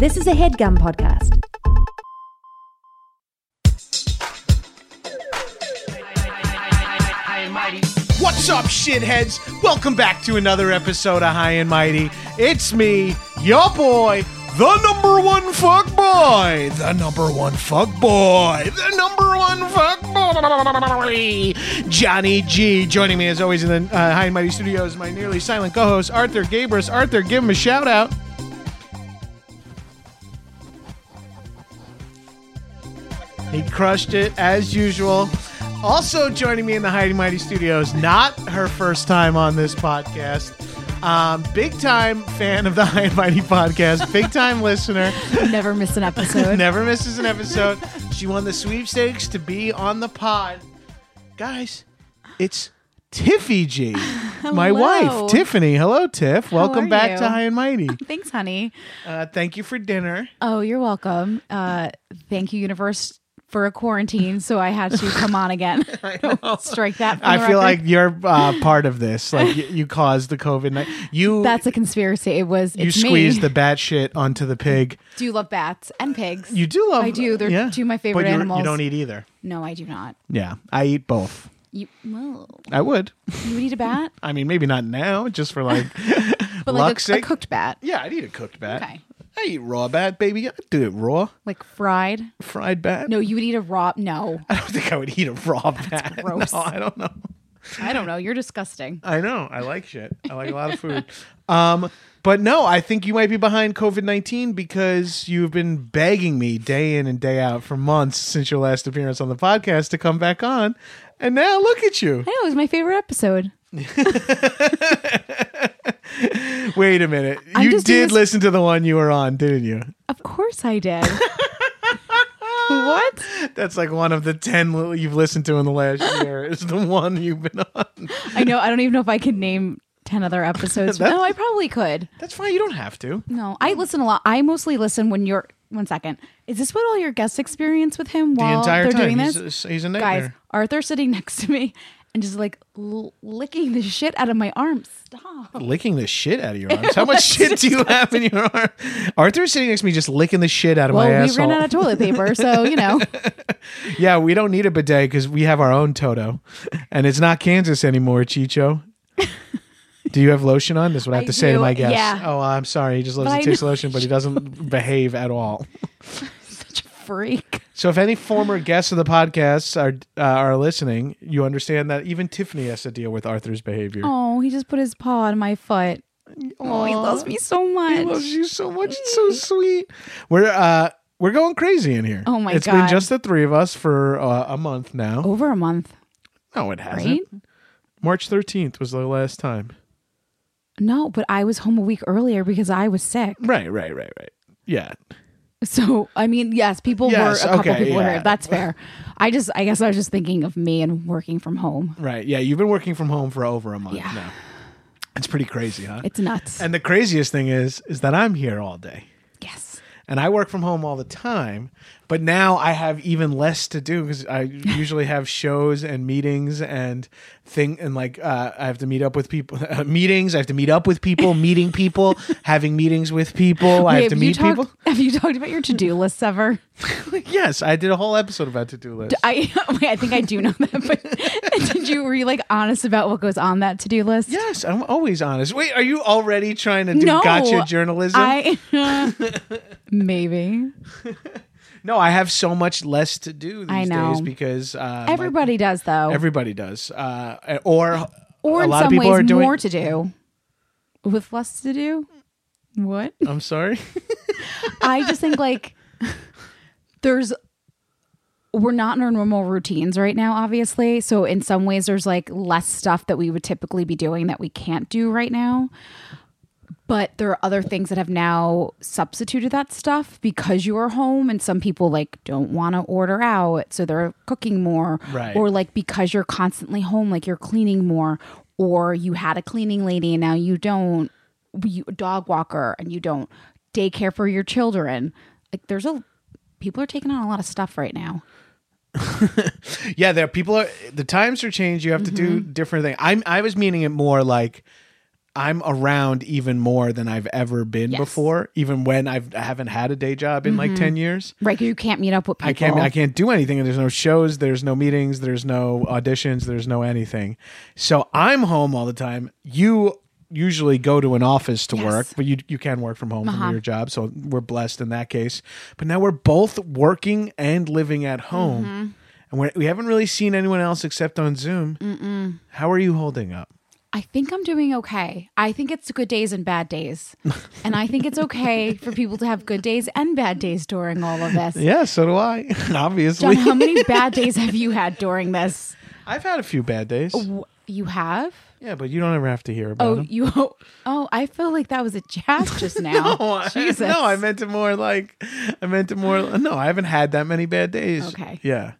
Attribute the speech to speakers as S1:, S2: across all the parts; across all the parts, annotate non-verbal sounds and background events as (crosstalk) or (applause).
S1: This is a headgum podcast.
S2: What's up, shitheads? Welcome back to another episode of High and Mighty. It's me, your boy, the number one fuck boy, the number one fuck boy, the number one fuck boy, Johnny G. Joining me, as always, in the uh, High and Mighty studios, my nearly silent co-host Arthur Gabris. Arthur, give him a shout out. He crushed it as usual. Also joining me in the Heidi Mighty Studios, not her first time on this podcast. Um, big time fan of the (laughs) High and Mighty podcast, big time listener,
S3: Never miss an
S1: (laughs)
S3: episode.
S2: never misses an episode. She won the sweepstakes to be on the pod. Guys, it's Tiffy G, my
S3: Hello.
S2: wife, Tiffany. Hello, Tiff. Welcome
S3: are
S2: back to
S3: you?
S2: High and Mighty.
S3: Thanks, honey.
S2: Uh, thank you for dinner.
S3: Oh, you're welcome. Uh, thank you, universe, for a quarantine. So I had to come
S2: (laughs)
S3: on again. (laughs) Strike that. from the
S2: I feel
S3: record.
S2: like you're uh, part of this. Like (laughs) you, you caused the COVID. night. You
S3: that's a conspiracy. It was.
S2: you
S3: it's
S2: squeeze
S3: me.
S2: the bat shit onto the pig.
S3: Do you love bats and pigs?
S2: You do love.
S3: I do. They're
S2: yeah.
S3: two of my
S2: But
S3: favorite
S2: you're-
S3: animals.
S2: You don't eat either.
S3: No, I do not.
S2: Yeah, I eat both.
S3: You well,
S2: I would.
S3: you would eat a bat,
S2: I mean, maybe not now, just for like
S3: (laughs) but like
S2: luck's
S3: a, a
S2: sake.
S3: cooked bat,
S2: eh? Yeah, I'd eat a cooked bat.
S3: Okay.
S2: I eat raw bat, baby. I'd do it raw,
S3: like fried.
S2: fried bat.
S3: No, you would eat a raw. No,
S2: I don't think I would eat a raw bat. (laughs) No,
S3: gross.
S2: I don't know.
S3: I don't know. You're disgusting.
S2: I know. I like shit. I like a lot of food. Um, but no, I think you might be behind COVID 19 because you've been begging me day in and day out for months since your last appearance on the podcast to come back on. And now look at you.
S3: I know it was my favorite episode.
S2: Wait a minute.
S3: I'm
S2: You
S3: just doing
S2: did
S3: this-
S2: listen to the one you were on, didn't you?
S3: Of course,
S2: (laughs)
S3: I did. what?
S2: That's like one of the 10 li- you've listened to in the
S3: (gasps)
S2: last year is the one you've been on.
S3: I know. I don't even know if I could name 10
S2: (laughs)
S3: other episodes.
S2: That's-
S3: no, I probably could.
S2: That's fine. You don't have to.
S3: No, I listen a lot. I mostly listen when you're. One second. Is this what all your guests experience with him
S2: The
S3: while
S2: entire
S3: they're
S2: time.
S3: doing
S2: he's,
S3: this?
S2: A, he's a nightmare.
S3: Guys, Arthur sitting (laughs) next to me and just like l- licking the shit out of my arm. Stop.
S2: licking the shit out of your
S3: (laughs)
S2: arms. How much shit do you have in your arm? Arthur's sitting next to me, just licking the shit out of
S3: Well,
S2: my
S3: we
S2: asshole.
S3: ran out of toilet paper, so you know. (laughs)
S2: yeah, we don't need a bidet because we have our own Toto, and it's not Kansas anymore, Chicho. do you have lotion on? That's what I have
S3: I
S2: to say to
S3: do,
S2: my guest.
S3: yeah.
S2: Oh, I'm sorry. He just loves
S3: But
S2: to
S3: I
S2: taste
S3: know-
S2: lotion, but he doesn't behave at all.
S3: Such a freak.
S2: So, if any former guests of the podcast are uh, are listening, you understand that even Tiffany has to deal with Arthur's behavior.
S3: Oh, he just put his paw on my foot. Oh, he loves me so
S2: He
S3: much.
S2: loves you so much. It's so sweet. We're uh we're going crazy in here.
S3: Oh my
S2: It's been
S3: God.
S2: just the three of us for uh, a month now.
S3: Over a month,
S2: No, it hasn't.
S3: right?
S2: March thirteenth was the last time.
S3: No, but I was home a week earlier because I was sick.
S2: Right, right, right, right. Yeah.
S3: So I mean, yes, people
S2: Yes,
S3: were a couple
S2: okay,
S3: people were
S2: yeah.
S3: here. That's fair. I just I guess I was just thinking of me and working from home.
S2: Right. Yeah. You've been working from home for over a month
S3: Yeah.
S2: now. It's pretty crazy, huh?
S3: It's nuts.
S2: and the craziest thing is is that I'm here all day.
S3: yes.
S2: and I work from home all the time, but now I have even less to do because
S3: (laughs)
S2: I usually have shows and meetings and thing and like uh, I have to meet up with (laughs) people, meetings. I have to meet up with
S3: (laughs)
S2: people, meeting people, having meetings with people. I
S3: Wait,
S2: have to
S3: you
S2: meet
S3: talked-
S2: people.
S3: (laughs) Have you talked about your to do lists ever?
S2: (laughs) Yes, I did a whole episode about to do lists.
S3: I (laughs) wait, I think I do know that, but (laughs) did you were you like honest about what goes on that to do list?
S2: Yes, I'm always honest. Wait, are you already trying to do
S3: No,
S2: gotcha journalism?
S3: I (laughs) maybe
S2: no, I have so much less to do these
S3: I know.
S2: days because uh, my-
S3: everybody does though,
S2: everybody does, uh, or
S3: or
S2: a
S3: in
S2: lot of
S3: some
S2: people
S3: ways
S2: are doing. (laughs)
S3: more to do with less to do. What?
S2: I'm sorry.
S3: I just think like there's we're not in our normal routines right now, obviously. So in some ways there's like less stuff that we would typically be doing that we can't do right now. But there are other things that have now substituted that stuff because you are home and some people like don't want to order out, so they're cooking more.
S2: Right.
S3: Or like because you're constantly home, like you're cleaning more, or you had a cleaning lady and now you don't you a dog walker and you don't daycare for your children. Like there's a people are taking on a lot of stuff right now.
S2: Yeah, there people are the times are changed. You have to do different things. I'm I was meaning it more like I'm around even more than I've ever been
S3: Yes.
S2: before, even when I've I haven't had a day job in like ten years.
S3: Right, 'cause you can't meet up with people.
S2: I can't. I can't do anything. There's no shows. There's no meetings. There's no auditions. There's no anything. So I'm home all the time. You usually go to an office to
S3: Yes.
S2: work, but you you can work from home from your job. So we're blessed in that case. But now we're both working and living at home, and we're, we haven't really seen anyone else except on Zoom. How are you holding up?
S3: I think I'm doing okay. I think it's good days and
S2: (laughs)
S3: bad days. and I think it's okay for people to have good days and bad days during all of this.
S2: Yeah, so do I. (laughs) Obviously,
S3: John,
S2: (laughs)
S3: how many bad days have you had during this?
S2: I've had a few bad days.
S3: W- You have?
S2: Yeah, but you don't ever have to hear about
S3: Oh,
S2: them.
S3: you. Oh, I feel like that was a jab
S2: (laughs)
S3: just now.
S2: No, I-
S3: Oh, Jesus.
S2: no, I meant it more like I meant it more. No, I haven't had that many bad days.
S3: Okay.
S2: Yeah,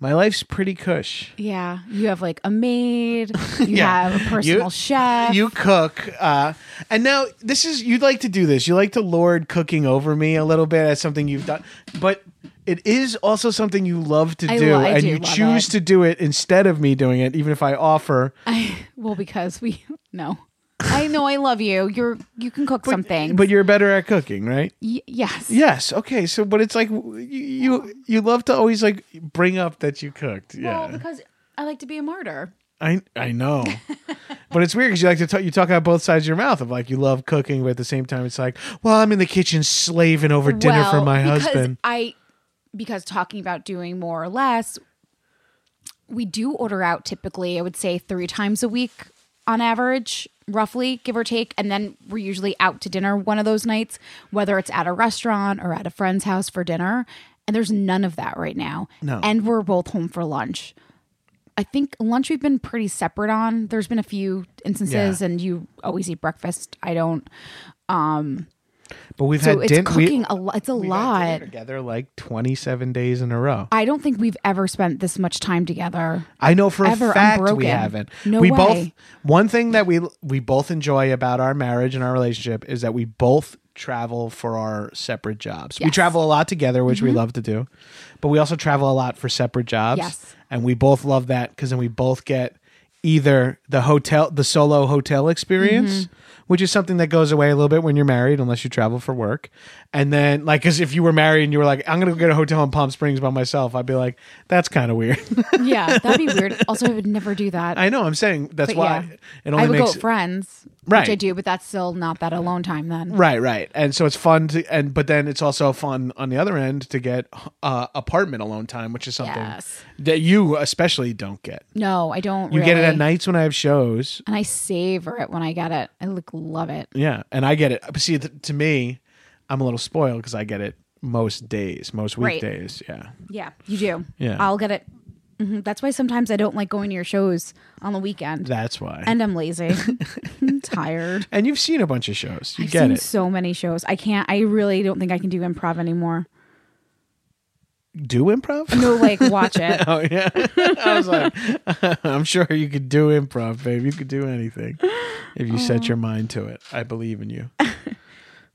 S2: my life's pretty cush.
S3: Yeah, you have like a maid. You
S2: Yeah.
S3: have a personal
S2: You-
S3: chef.
S2: You cook, uh, and now this is you like to do this. You like to lord cooking over me a little bit as something you've done, but it is also something you love to
S3: I
S2: do,
S3: lo- I
S2: and
S3: do
S2: you
S3: love
S2: choose
S3: it.
S2: to do it instead of me doing it, even if I offer.
S3: I, well, because we no. I know I love you. You're you can cook something.
S2: But you're better at cooking, right?
S3: Y- yes.
S2: Yes. Okay. So, but it's like you you, you love to always like bring up that you cooked. Yeah.
S3: Well, because I like to be a martyr.
S2: I I
S3: (laughs)
S2: know, but it's weird because you like to talk, you talk out both sides of your mouth of like you love cooking, but at the same time it's like, well, I'm in the kitchen slaving over dinner for
S3: Well,
S2: my
S3: because
S2: husband.
S3: I because talking about doing more or less, we do order out typically. I would say three times a week on average, roughly give or take, and then we're usually out to dinner one of those nights, whether it's at a restaurant or at a friend's house for dinner. And there's none of that right now.
S2: No.
S3: and we're both home for lunch. I think lunch we've been pretty separate on. There's been a few instances,
S2: Yeah.
S3: and you always eat breakfast. I don't.
S2: But we've
S3: So
S2: had
S3: it's
S2: din- we-
S3: cooking a lot. It's a
S2: we've
S3: lot.
S2: had dinner together like 27 days in a row.
S3: I don't think we've ever spent this much time together.
S2: I know for
S3: Ever,
S2: a
S3: I'm
S2: fact we
S3: broken.
S2: haven't.
S3: No
S2: we
S3: way.
S2: both one thing that we we both enjoy about our marriage and our relationship is that we both travel for our separate jobs. We
S3: Yes. Mm-hmm.
S2: travel a lot together, which we love to do, but we also travel a lot for separate jobs.
S3: Yes.
S2: And we both love that because then we both get either the hotel the solo hotel experience
S3: Mm-hmm.
S2: which is something that goes away a little bit when you're married unless you travel for work and then like because if you were married and you were like i'm gonna go get a hotel in palm springs by myself i'd be like that's kind of weird
S3: (laughs) Yeah, that'd be (laughs) weird. Also, I would never do that.
S2: I know. I'm saying that's
S3: But
S2: why
S3: yeah.
S2: it only
S3: I would go
S2: makes
S3: with friends,
S2: Right.
S3: which I do, but that's still not that alone time then.
S2: right, right. And so it's fun to, and but then it's also fun on the other end to get uh, apartment alone time, which is something
S3: Yes.
S2: that you especially don't get.
S3: No, I don't.
S2: You get it at
S3: really.
S2: nights when I have shows.
S3: and I savor it when I get it. I like love it.
S2: Yeah, and I get it. But see, th- to me, I'm a little spoiled because I get it most days, most
S3: Right.
S2: weekdays. Yeah.
S3: Yeah, you do.
S2: Yeah.
S3: I'll get it. Mhm. That's why sometimes I don't like going to your shows on the weekend,
S2: That's why. And,
S3: and
S2: (laughs)
S3: I'm lazy, I'm tired.
S2: you've seen a bunch of shows. You
S3: I've
S2: get
S3: seen
S2: it.
S3: so many shows. I can't. I really don't think I can do improv anymore.
S2: Do improv?
S3: No, like watch it.
S2: Oh yeah. (laughs) I was like, (laughs) I'm sure you could do improv, babe. You could do anything if you set your mind to it. I believe in you.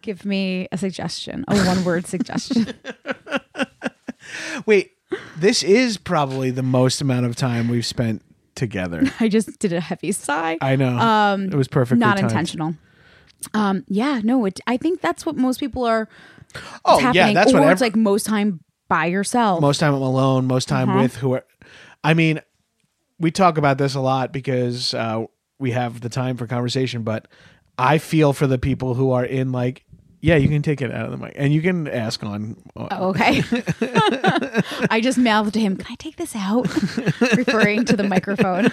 S3: Give me a suggestion, a one
S2: (laughs)
S3: word suggestion.
S2: Wait, this is probably the most amount of time we've spent together.
S3: I just did a heavy sigh.
S2: I know. Um, it was perfectly
S3: Not
S2: timed.
S3: intentional. Um, yeah, no, it, I think that's what most people are
S2: Oh
S3: it's happening.
S2: yeah, that's
S3: or
S2: what
S3: it's
S2: every,
S3: like most time by yourself.
S2: most time I'm alone, most time
S3: Uh-huh.
S2: with who are. I mean, we talk about this a lot because uh, we have the time for conversation, but I feel for the people who are in like. Yeah, you can take it out of the mic, and you can ask on. uh,
S3: Oh,
S2: (laughs)
S3: okay. I just mouthed to him, Can I take
S2: (laughs)
S3: this out? Referring to the microphone.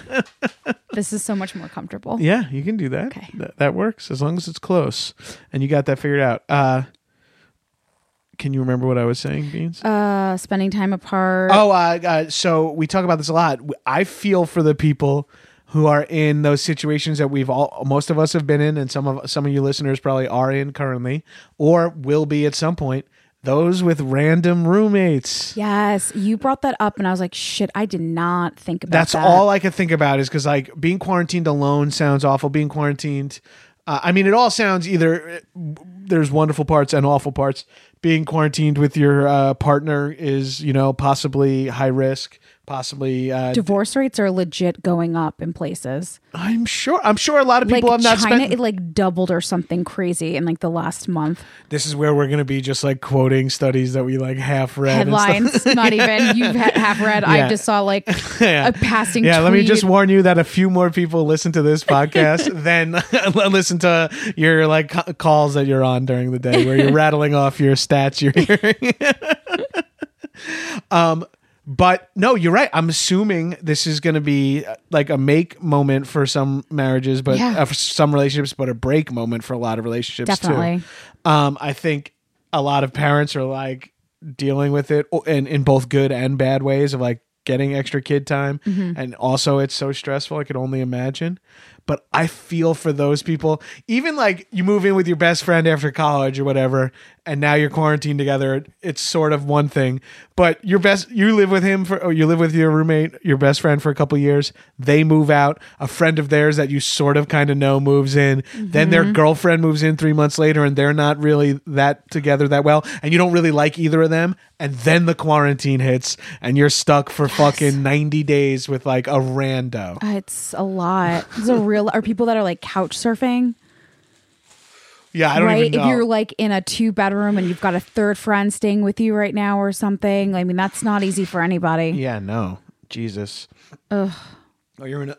S3: This is so much more comfortable.
S2: Yeah, you can do that.
S3: Okay.
S2: Th- that works as long as it's close and you got that figured out. Uh, can you remember what I was saying, Beans?
S3: Uh, spending time apart.
S2: oh, uh, uh, so we talk about this a lot. W- I feel for the people who are in those situations that we've all, most of us have been in, and some of some of you listeners probably are in currently or will be at some point. Those with random roommates.
S3: Yes, you brought that up, and I was like, Shit, I did not think about
S2: That's
S3: that.
S2: all I could think about is because like being quarantined alone sounds awful. Being quarantined, uh, I mean, it all sounds either uh, there's wonderful parts and awful parts. Being quarantined with your uh, partner is you know possibly high risk. possibly. Uh,
S3: Divorce rates are legit going up in places.
S2: I'm sure. I'm sure a lot of
S3: Like
S2: people have not
S3: China,
S2: spent.
S3: it like doubled or something crazy in like the last month.
S2: this is where we're going to be just like quoting studies that we like half read. and stuff. (laughs)
S3: Headlines, not even you've ha- have read.
S2: Yeah.
S3: I just saw like
S2: (laughs) Yeah.
S3: a passing.
S2: Yeah, let me just
S3: tweet.
S2: warn you that a few more people listen to this podcast than (laughs) listen to your like ca- calls that you're on during the day where you're rattling off your stats you're hearing. um but no, you're right. I'm assuming this is going to be uh, like a make moment for some marriages, but
S3: Yeah.
S2: uh, for some relationships, but a break moment for a lot of relationships
S3: Definitely.
S2: too. Um, I think a lot of parents are like dealing with it o- in, in both good and bad ways of like getting extra kid time.
S3: Mm-hmm.
S2: And also, it's so stressful. I could only imagine. But I feel for those people. Even like you move in with your best friend after college or whatever, and now you're quarantined together. It's sort of one thing. But Uh, your best, you live with him for, or you live with your roommate, your best friend for a couple years. They move out. A friend of theirs that you sort of kind of know moves in. Then
S3: Mm-hmm.
S2: their girlfriend moves in three months later, and they're not really that together that well. And you don't really like either of them. And then the quarantine hits, and you're stuck for fucking 90 days with like a rando.
S3: Uh, It's a lot. It's a real. Are people that are like couch surfing?
S2: Yeah, I don't
S3: right?
S2: even
S3: If you're
S2: know.
S3: like in a two bedroom and you've got a third friend staying with you right now or something, I mean, that's not easy for anybody.
S2: yeah, no. Jesus. Oh, you're in a,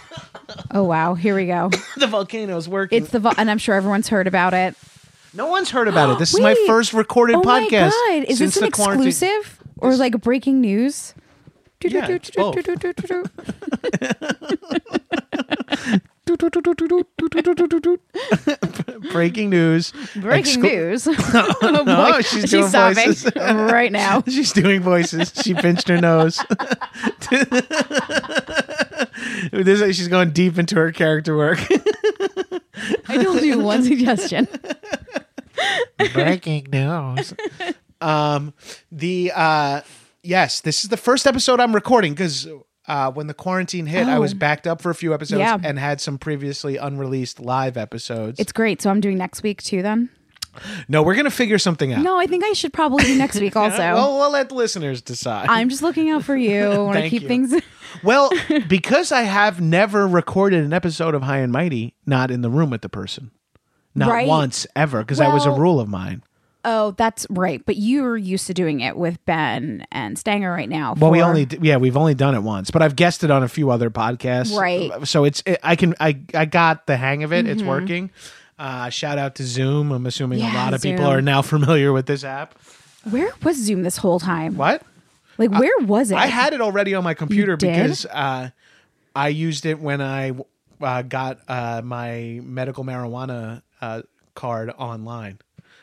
S2: (coughs)
S3: Oh, wow. Here we go.
S2: the volcano's working.
S3: It's the, vo- and I'm sure everyone's heard about it.
S2: no one's heard about it. This is my
S3: Wait.
S2: first recorded
S3: oh,
S2: podcast.
S3: my God. Is
S2: since
S3: this an
S2: the quarantine-
S3: exclusive or like breaking news?
S2: Yeah, it's both. Breaking news. Exclu- (laughs)
S3: Breaking news. (laughs) oh, boy.
S2: she's doing
S3: sobbing
S2: voices.
S3: (laughs) right now.
S2: She's doing voices. She pinched her nose. This is- she's going deep into her character work.
S3: I told you one suggestion.
S2: Breaking news. Um, the uh, yes, this is the first episode I'm recording because uh, when the quarantine hit, I was backed up for a few episodes
S3: Oh. Yeah.
S2: and had some previously unreleased live episodes.
S3: It's great. So I'm doing next week too, then.
S2: no, we're gonna figure something out.
S3: No, I think I should probably do
S2: (laughs)
S3: next week also.
S2: Well, we'll let the listeners decide.
S3: I'm just looking out for you. I want to
S2: Thank
S3: keep
S2: you.
S3: things. (laughs)
S2: well, (laughs) because I have never recorded an episode of High and Mighty not in the room with the person. Not
S3: Right.
S2: once ever, because that was a
S3: Well-
S2: rule of mine.
S3: Oh, that's right. But you are used to doing it with Ben and Stanger right now.
S2: Well, we
S3: for-
S2: only d- yeah, we've only done it once, but I've guessed it on a few other podcasts, Uh,
S3: Right. Mm-hmm.
S2: So it's it, I can I I got the hang of it. It's working. Uh, shout out to Zoom. I'm assuming a
S3: Yeah,
S2: lot of people
S3: Zoom.
S2: are now (laughs) familiar with this app.
S3: Where was Zoom this whole time?
S2: What?
S3: Like, where was it?
S2: I had it already on my computer
S3: did?
S2: because uh, I used it when I uh, got uh, my medical marijuana uh, card online.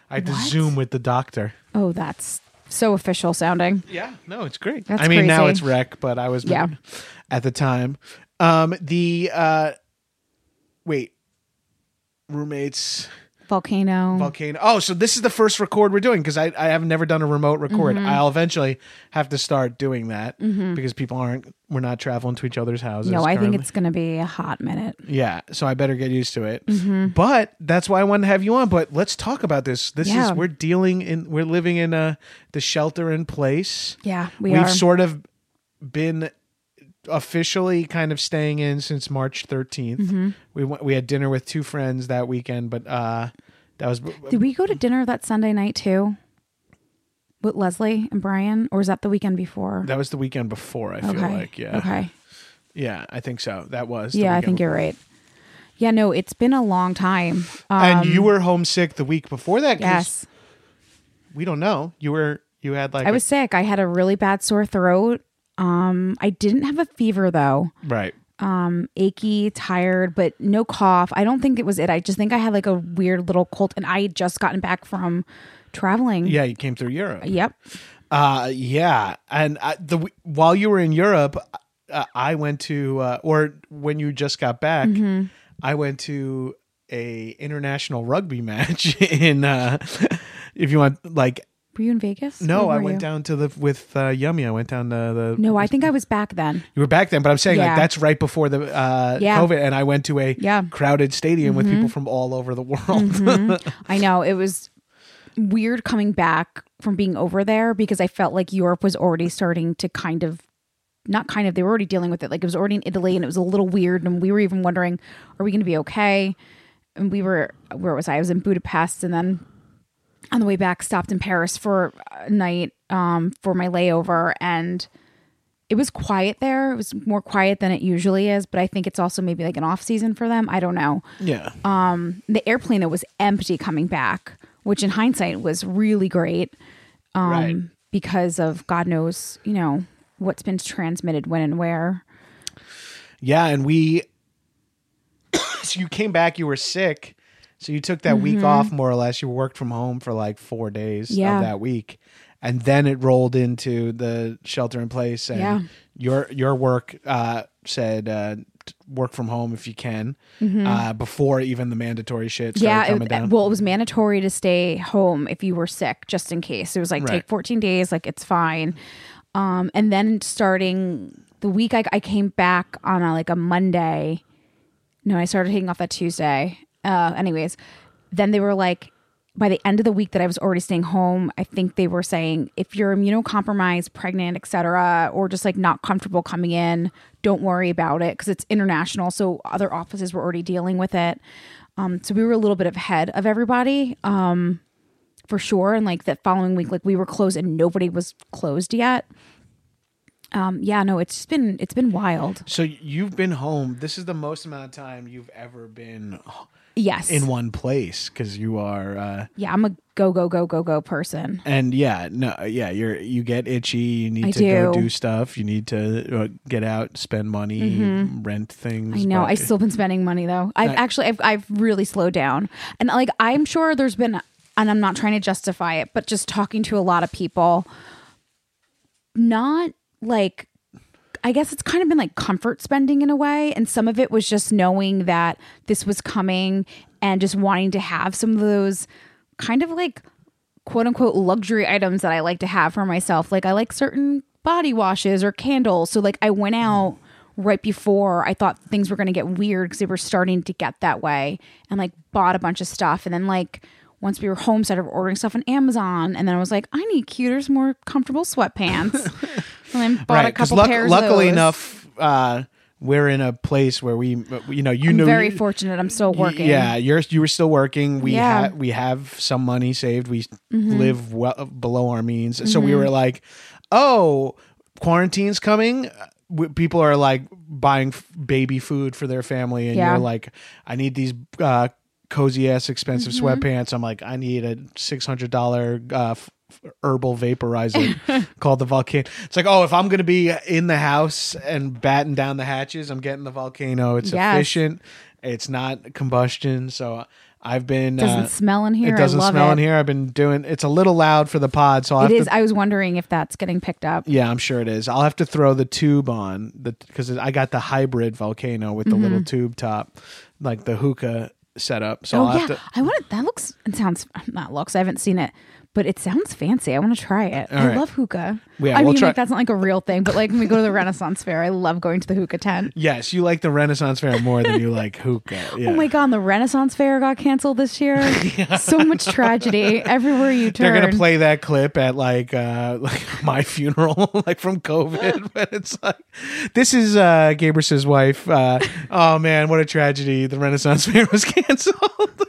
S2: I had to
S3: What?
S2: Zoom with the doctor.
S3: oh, that's so official sounding.
S2: Yeah, no, it's great.
S3: That's
S2: I mean, now
S3: crazy.
S2: it's rec, but I was
S3: Yeah.
S2: at the time. Um, the uh, wait, roommates
S3: Volcano.
S2: volcano. Oh, so this is the first record we're doing because I I have never done a remote record.
S3: Mm-hmm.
S2: I'll eventually have to start doing that because people aren't we're not traveling to each other's houses.
S3: no, I think
S2: currently.
S3: it's going to be a hot minute.
S2: yeah. So I better get used to it.
S3: Mm-hmm.
S2: But that's why I wanted to have you on. But let's talk about this. This
S3: Yeah.
S2: is we're dealing in we're living in uh the shelter in place
S3: Yeah, we
S2: we
S3: are.
S2: have sort of been officially kind of staying in since March 13th.
S3: Mm-hmm.
S2: We went, we had dinner with two friends that weekend, but uh, that was
S3: Did we go to dinner that Sunday night too? With Leslie and Brian, or was that the weekend before?
S2: that was the weekend before. I feel
S3: okay.
S2: like yeah,
S3: Okay.
S2: yeah, I think so. That was the
S3: Yeah, I
S2: weekend
S3: think you're right. Yeah, no, it's been a long time. Um,
S2: And you were homesick the week before that. 'cause
S3: yes.
S2: we don't know. You were you had like
S3: I
S2: a-
S3: was sick. I had a really bad sore throat. Um, I didn't have a fever though.
S2: right.
S3: Um, achy, tired, but no cough. I don't think it was it. I just think I had like a weird little cold, and I had just gotten back from traveling.
S2: Yeah, you came through Europe.
S3: Yep.
S2: Uh, yeah, and I, the w- while you were in Europe, uh, I went to uh, or when you just got back,
S3: Mm-hmm.
S2: I went to a international rugby match (laughs) in. Uh, if you want, like,
S3: Were you in Vegas?
S2: no,
S3: Where
S2: I
S3: were
S2: went
S3: you?
S2: down to the with uh, Yummy. I went down to the.
S3: No, I think I was back then.
S2: You were back then, but I'm saying like
S3: Yeah.
S2: that's right before the uh,
S3: Yeah.
S2: COVID, and I went to a
S3: Yeah. Mm-hmm.
S2: crowded stadium with people from all over the world.
S3: I know it was weird coming back from being over there because I felt like Europe was already starting to kind of not kind of they were already dealing with it like it was already in italy and it was a little weird and we were even wondering are we going to be okay and we were where was i i was in budapest and then on the way back stopped in paris for a night um, for my layover and it was quiet there it was more quiet than it usually is but i think it's also maybe like an off season for them i don't know
S2: Yeah.
S3: the airplane that was empty coming back, which in hindsight was really great um,
S2: Right.
S3: because of God knows, you know, what's been transmitted when and where.
S2: (laughs) yeah, and we (coughs) so you came back, you were sick. So you took that week off more or less. You worked from home for like 4 days
S3: Mm-hmm. Yeah.
S2: of that week. And then it rolled into the shelter in place and
S3: Yeah.
S2: your your work uh said uh t- work from home if you can uh before even the mandatory shit started
S3: Mm-hmm. yeah.
S2: coming
S3: It,
S2: down.
S3: well, it was mandatory to stay home if you were sick, just in case. It was like,
S2: Right.
S3: take 14 days, like, it's fine. Um, and then starting the week, I, I came back on a, like a Monday. No, I started taking off that Tuesday. Uh, anyways, then they were like, by the end of the week that I was already staying home, I think they were saying if you're immunocompromised, pregnant, etc., or just like not comfortable coming in, don't worry about it because it's international. So other offices were already dealing with it. Um, so we were a little bit ahead of everybody um, for sure. And like that following week, like we were closed and nobody was closed yet. Um, yeah, no, it's just been it's been wild.
S2: so you've been home. This is the most amount of time you've ever been
S3: Yes,
S2: in one place because you are uh
S3: yeah, I'm a go go go go go person.
S2: and yeah no uh, yeah you're you get itchy you need
S3: I
S2: to go
S3: do.
S2: do stuff you need to uh, get out spend money rent things
S3: Mm-hmm. I know.
S2: but-
S3: I've still been spending money though. I've
S2: Right.
S3: actually, I've, I've really slowed down, and like I'm sure there's been, and I'm not trying to justify it, but just talking to a lot of people, not like, I guess it's kind of been like comfort spending in a way, and some of it was just knowing that this was coming and just wanting to have some of those kind of like quote unquote luxury items that I like to have for myself. Like I like certain body washes or candles. So like I went
S2: Mm-hmm.
S3: out right before I thought things were going to get weird because they were starting to get that way and like bought a bunch of stuff. And then like once we were home, started ordering stuff on Amazon. And then I was like, I need cuter, more comfortable
S2: (laughs)
S3: sweatpants. and then bought a
S2: Right, 'cause
S3: couple
S2: luck-
S3: pairs. of
S2: luckily
S3: those.
S2: enough uh we're in a place where we you know you
S3: I'm
S2: know
S3: very
S2: you-
S3: fortunate. I'm still
S2: y-
S3: working.
S2: Yeah, you're you were still working. We
S3: Yeah. Mm-hmm.
S2: ha- we have some money saved. We live well below our means, so we were like, "Oh, quarantine's coming." W- People are like buying f- baby food for their family, and
S3: Yeah.
S2: you're like, "I need these." Uh, cozy ass expensive
S3: Mm-hmm.
S2: sweatpants i'm like i need a $600 uh, f- herbal
S3: (laughs)
S2: vaporizer called the volcano it's like oh if i'm gonna be in the house and batting down the hatches i'm getting the volcano it's
S3: Yes.
S2: efficient it's not combustion, so I've been.
S3: Doesn't
S2: uh,
S3: smell in here.
S2: It doesn't
S3: I love
S2: smell
S3: it.
S2: in here. I've been doing. It's a little loud for the pod, so I'll
S3: It
S2: have
S3: is.
S2: to.
S3: I was wondering if that's getting picked up.
S2: yeah, I'm sure it is. I'll have to throw the tube on the because I got the hybrid volcano with the
S3: Mm-hmm.
S2: little tube top, like the hookah setup. So
S3: Oh
S2: I'll
S3: yeah,
S2: have to.
S3: I want to. That looks and sounds not looks. I haven't seen it, but it sounds fancy. I want to try it. I
S2: right.
S3: love hookah.
S2: Yeah,
S3: I
S2: we'll
S3: mean,
S2: try-
S3: like that's not like a real thing, but like when we go to the Renaissance Fair, I love going to the hookah tent.
S2: Yes, you like the Renaissance fair more than you like hookah. Yeah.
S3: (laughs) Oh my god, the Renaissance Fair got canceled this
S2: (laughs)
S3: year. So much tragedy everywhere you turn.
S2: They're gonna play that clip at like uh (laughs) like my funeral, (laughs) like from (laughs) COVID. But it's like this is uh Gabrus's wife. Uh (laughs) oh man, what a tragedy. The Renaissance (laughs) fair was canceled.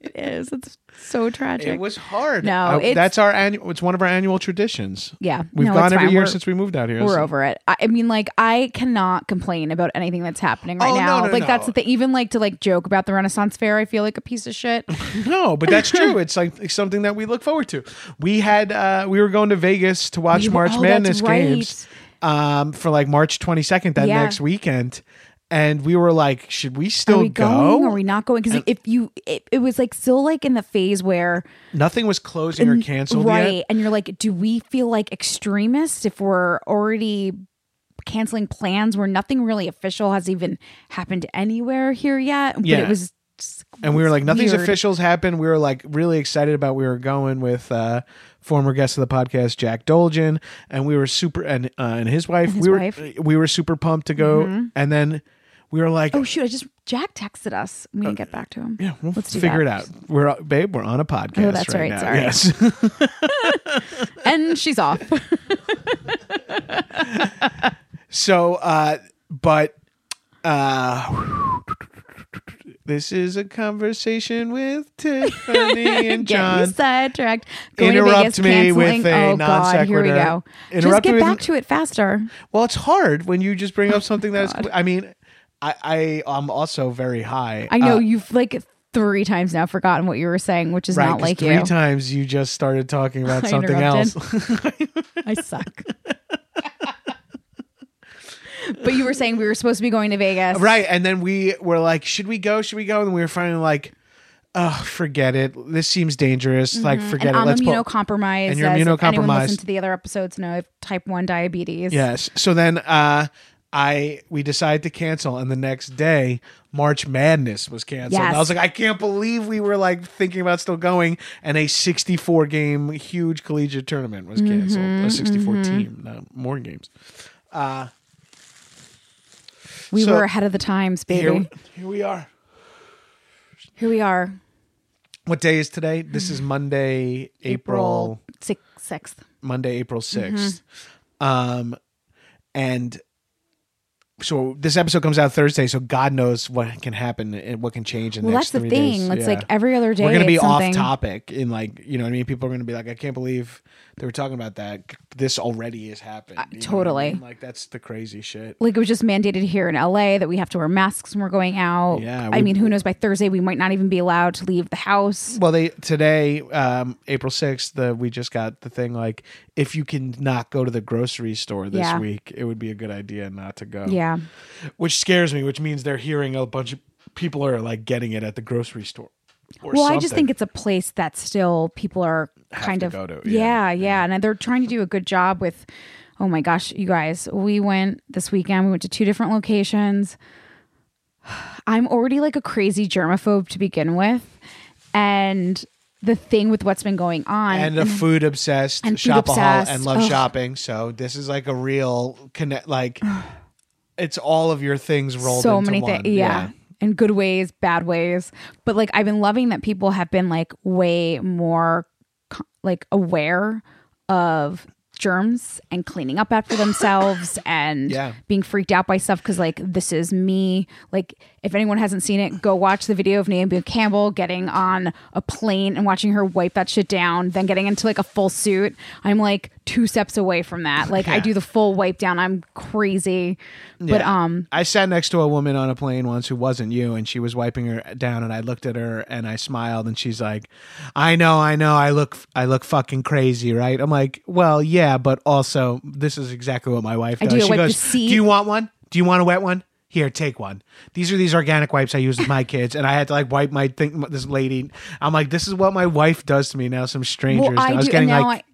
S3: It is. It's so tragic.
S2: it was hard.
S3: No,
S2: Uh,
S3: it's-
S2: that's our annual it's one of our annual traditions.
S3: Yeah.
S2: We've
S3: No,
S2: gone
S3: it's
S2: every
S3: fine.
S2: year
S3: We're-
S2: since we moved out here.
S3: We're
S2: So-
S3: over it. I, I mean, like, I cannot complain about anything that's happening right
S2: Oh, no,
S3: now.
S2: no,
S3: like, that's
S2: no.
S3: the thing. Even like to like joke about the Renaissance Fair, I feel like a piece
S2: (laughs)
S3: of shit.
S2: No, but
S3: (laughs)
S2: that's true. It's like it's something that we look forward to. We had uh we were going to Vegas to watch
S3: We were-
S2: March
S3: oh,
S2: Madness
S3: that's right.
S2: games um for like March 22nd that
S3: Yeah.
S2: next weekend and we were like should we still
S3: are we
S2: go?
S3: going? Are we not going? Because if you, it, it was like still like in the phase where
S2: Nothing was closing or canceled
S3: right,
S2: yet.
S3: and you're like, do we feel like extremists if we're already canceling plans where nothing really official has even happened anywhere here yet? But
S2: Yeah.
S3: it was. just-
S2: And we were like, nothing's
S3: weird.
S2: officials happened. We were like really excited about we were going with uh, former guest of the podcast Jack Dolgen, and we were super and uh, and his wife.
S3: his
S2: we were
S3: wife. Mm-hmm.
S2: we were super pumped to go, and then we were like,
S3: Oh shoot! I just Jack texted us. We didn't get back to him.
S2: Uh, yeah, we'll
S3: let's do
S2: figure
S3: that.
S2: it out. We're uh, babe, we're on a podcast.
S3: Oh, that's right,
S2: now.
S3: sorry.
S2: (laughs) Yes.
S3: and she's off.
S2: (laughs) So, uh, but uh, this is a conversation with Tiffany
S3: (laughs)
S2: and
S3: Get me
S2: John.
S3: sidetracked. Going to
S2: Interrupt
S3: Vegas,
S2: me with
S3: canceling.
S2: a
S3: oh, God, here we
S2: non-sequitur.
S3: go. Just
S2: Interrupt me
S3: get
S2: with-
S3: back to it faster.
S2: Well, it's hard when you just bring
S3: Oh,
S2: up something that is. I mean, I, I I'm also very high.
S3: I know
S2: Uh,
S3: you've like three times now forgotten what you were saying, which is
S2: right,
S3: not
S2: 'cause
S3: like
S2: three
S3: you.
S2: times you just started talking about
S3: (laughs) I
S2: something else. (laughs)
S3: interrupted. I suck. but you were saying we were supposed to be going to Vegas.
S2: Right. And then we were like, should we go? Should we go? And we were finally like, oh, forget it. This seems dangerous. Like, forget
S3: Mm-hmm. And
S2: it.
S3: I'm
S2: Let's pull.
S3: immunocompromised.
S2: And you're
S3: as if Anyone
S2: immunocompromised.
S3: listen to the other episodes? No, I have type one diabetes.
S2: yes. So then uh, I we decided to cancel. And the next day, March Madness was canceled.
S3: Yes.
S2: I was like, I can't believe we were like thinking about still going. And a 64 game huge collegiate tournament was canceled.
S3: Mm-hmm,
S2: a 64 team, not more games.
S3: we
S2: so-
S3: were ahead of the times, baby.
S2: Here,
S3: Here,
S2: here we are.
S3: we are,
S2: What day is today? This is Monday, April
S3: sixth.
S2: Monday, April 6th.
S3: Mm-hmm.
S2: Um, and so this episode comes out Thursday, so God knows what can happen and what can change in the
S3: Well,
S2: next
S3: that's the
S2: three
S3: thing.
S2: days.
S3: It's
S2: Yeah.
S3: like every other day.
S2: We're going to be
S3: it's something.
S2: off topic in like, you know what I mean? People are going to be like, I can't believe they were talking about that. This already has happened. You know what I
S3: totally.
S2: mean? Like, that's the crazy shit.
S3: Like it was just mandated here in LA that we have to wear masks when we're going out.
S2: Yeah,
S3: I
S2: we-
S3: mean, who knows? By Thursday, we might not even be allowed to leave the house.
S2: Well, they today, um, April sixth, the we just got the thing like if you can not go to the grocery store this
S3: Yeah.
S2: week, it would be a good idea not to go.
S3: Yeah.
S2: which scares me, which means they're hearing a bunch of people are like getting it at the grocery store. Or
S3: Well, I just think it's a place that still people are kind
S2: to
S3: of
S2: go to,
S3: yeah, yeah, and they're trying to do a good job with. Oh my gosh, you guys! We went this weekend. We went to two different locations. (sighs) I'm already like a crazy germaphobe to begin with, and the thing with what's been going on,
S2: and a food obsessed
S3: And food
S2: shopaholic
S3: obsessed.
S2: and love
S3: Ugh.
S2: shopping. So this is like a real connect. Like it's all of your things rolled.
S3: so
S2: into
S3: many
S2: one.
S3: things, yeah. in good ways, bad ways. But like, I've been loving that people have been like way more co- like aware of germs and cleaning up after
S2: (laughs)
S3: themselves and
S2: Yeah.
S3: being freaked out by stuff because like this is me like if anyone hasn't seen it go watch the video of Naomi Campbell getting on a plane and watching her wipe that shit down then getting into like a full suit I'm like two steps away from that like I
S2: Yeah.
S3: do the full wipe down I'm crazy but
S2: Yeah.
S3: um
S2: I sat next to a woman on a plane once who wasn't you, and she was wiping her down, and I looked at her and I smiled, and she's like, "I know, I know, I look, I look fucking crazy, right?" I'm like, "Well, yeah, but also this is exactly what my wife
S3: I
S2: does."
S3: do, I
S2: she
S3: wipe the
S2: goes,
S3: seat.
S2: "Do you want one? Do you want a wet one?" Here, take one. These are these organic wipes I use with my kids, and I had to like wipe my thing. This lady, I'm like, this is what my wife does to me now. Some strangers,
S3: I
S2: was
S3: do-
S2: getting
S3: now
S2: like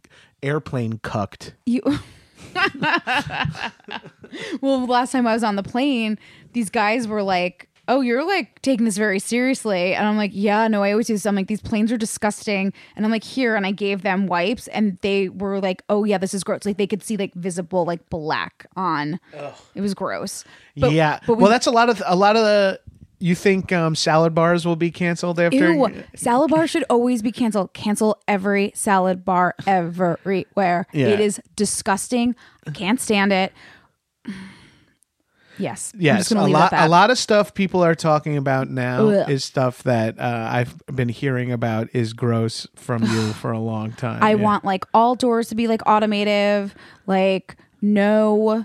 S2: airplane cucked.
S3: You. (laughs) well, last time I was on the plane, these guys were like, "Oh, you're like taking this very seriously," and I'm like, "Yeah, no, I always do." This. I'm like, "These planes are disgusting," and I'm like, "Here," and I gave them wipes, and they were like, "Oh yeah, this is gross." Like they could see like visible like black on. It was gross. But-
S2: yeah.
S3: but we-
S2: well, that's a lot of a lot of the. You think um, salad bars will be canceled after?
S3: Ew, salad bar should always be canceled. Cancel every salad bar everywhere.
S2: Yeah.
S3: It is disgusting. I can't stand it. (sighs) Yes. I'm
S2: Yes,
S3: just
S2: a
S3: gonna leave it at
S2: lot
S3: that.
S2: a lot of stuff people are talking about now
S3: Ugh.
S2: is stuff that uh, I've been hearing about is gross from
S3: (sighs)
S2: you for a long time.
S3: I
S2: Yeah.
S3: want like all doors to be like automative, like no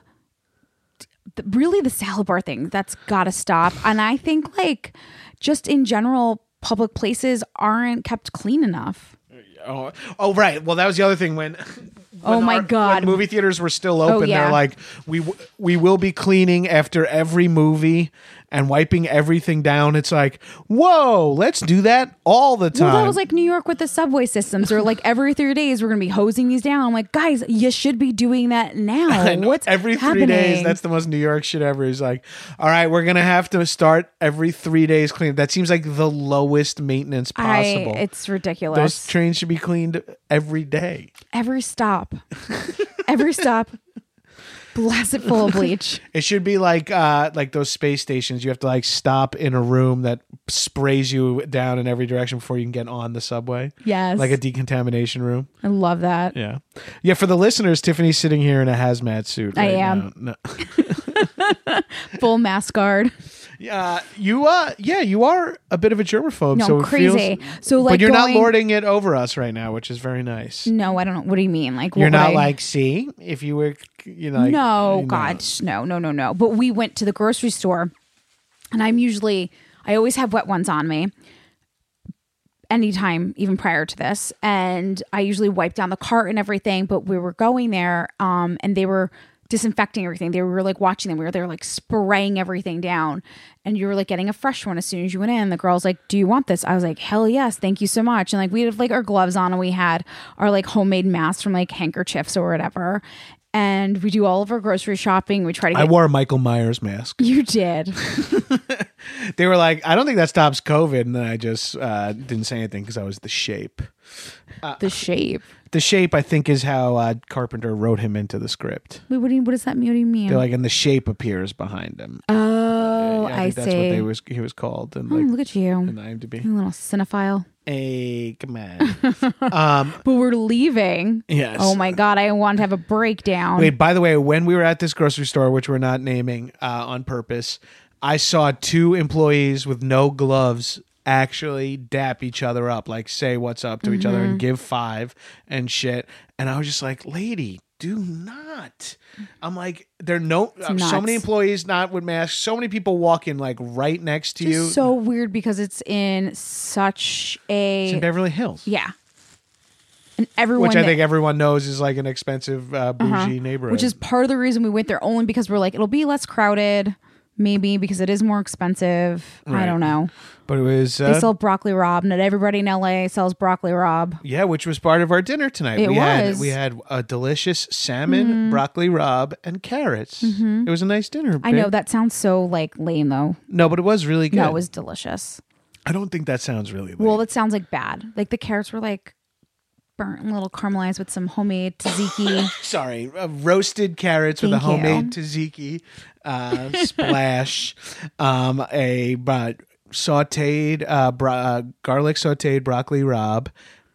S3: th- really the salad bar thing that's got to stop. And I think like just in general public places aren't kept clean enough.
S2: Oh, oh, right. Well, that was the other thing
S3: (laughs)
S2: when.
S3: Oh,
S2: when
S3: my
S2: when
S3: God. Oh,
S2: movie theaters were still open.
S3: yeah.
S2: They're like, we w- we will be cleaning after every movie and wiping everything down. It's like, whoa, let's do that all the time.
S3: Well, that was like New York with the subway systems. Or like every three days, we're going to be hosing these down. I'm like, guys, you should be doing
S2: (laughs)
S3: that now.
S2: And
S3: What's
S2: every three
S3: happening?
S2: days? That's the most New York shit ever. He's like, all right, we're gonna have to start every three days clean. That seems like the lowest maintenance
S3: I,
S2: possible.
S3: it's ridiculous.
S2: Those trains should be cleaned every day.
S3: every stop, every stop. blast it
S2: (laughs)
S3: full of bleach.
S2: It should be like uh, like those space stations. You have to like stop in a room that sprays you down in every direction before you can get on the subway.
S3: Yes.
S2: Like a decontamination room.
S3: I love that.
S2: Yeah. Yeah, for the listeners, Tiffany's sitting here in a hazmat suit.
S3: I
S2: right
S3: am.
S2: now. No.
S3: Full mask guard.
S2: Yeah, you uh yeah, you are a bit of a germaphobe.
S3: No,
S2: so it
S3: crazy.
S2: feels-
S3: so like
S2: but you're
S3: going-
S2: not lording it over us right now, which is very nice.
S3: No, I don't know. What do you mean? Like
S2: You're
S3: what
S2: not
S3: would I-
S2: like, see, if you were you know like,
S3: no,
S2: you
S3: God, sh- no, no, no, no. But we went to the grocery store, and I'm usually, I always have wet ones on me. Anytime, even prior to this, and I usually wipe down the cart and everything. But we were going there, um, and they were disinfecting everything. They were like watching them. We were there, like spraying everything down, and you were like getting a fresh one as soon as you went in. The girl's like, "Do you want this?" I was like, "Hell yes, thank you so much." And like we had like our gloves on, and we had our like homemade masks from like handkerchiefs or whatever and we do all of our grocery shopping. We try to
S2: I
S3: get.
S2: wore a Michael Myers mask.
S3: (laughs) you did.
S2: They were like, I don't think that stops COVID, and then I just uh, didn't say anything because I was the shape. Uh,
S3: the shape.
S2: The shape, I think, is how uh, Carpenter wrote him into the script.
S3: Wait, what, do you, what does that mean? What do you mean?
S2: They're like, and the shape appears behind him.
S3: oh,
S2: Yeah,
S3: I,
S2: think
S3: see.
S2: that's what they was he was called in
S3: Oh,
S2: like
S3: look at you,
S2: in IMDb.
S3: you little cinephile.
S2: Hey, come on. um,
S3: But we're leaving.
S2: yes.
S3: Oh my god, I want to have a breakdown.
S2: Wait, by the way, when we were at this grocery store, which we're not naming uh, on purpose, I saw two employees with no gloves actually dap each other up, like say what's up to each other
S3: Mm-hmm.
S2: and give five and shit. And I was just like, lady, do not. I'm like, there are no, uh, so
S3: nuts.
S2: many employees not with masks, so many people walking like right next to
S3: It's
S2: you.
S3: so weird because it's in such a
S2: It's in Beverly Hills.
S3: yeah, and everyone
S2: Which I
S3: that- Uh-huh.
S2: think everyone knows is like an expensive uh, bougie neighborhood.
S3: which is part of the reason we went there only because we're like it'll be less crowded, maybe because it is more expensive. I
S2: Right.
S3: don't know.
S2: but it was
S3: They
S2: uh,
S3: sell broccoli rob. Not everybody in LA sells broccoli rob.
S2: Yeah, which was part of our dinner tonight.
S3: It
S2: we
S3: was. Mm-hmm.
S2: had we had a delicious salmon, broccoli rob, and carrots. It was a nice dinner.
S3: I
S2: babe.
S3: know that sounds so like lame though.
S2: No, but it was really good.
S3: No, it was delicious.
S2: I don't think that sounds really. Late.
S3: Well, that sounds like bad. Like the carrots were like burnt and a little caramelized with some
S2: (laughs)
S3: homemade tzatziki.
S2: sorry, uh, roasted carrots with a
S3: Thank you.
S2: homemade tzatziki
S3: (laughs)
S2: uh, splash, um, a uh, sautéed uh, bro- uh, garlic sautéed broccoli rob,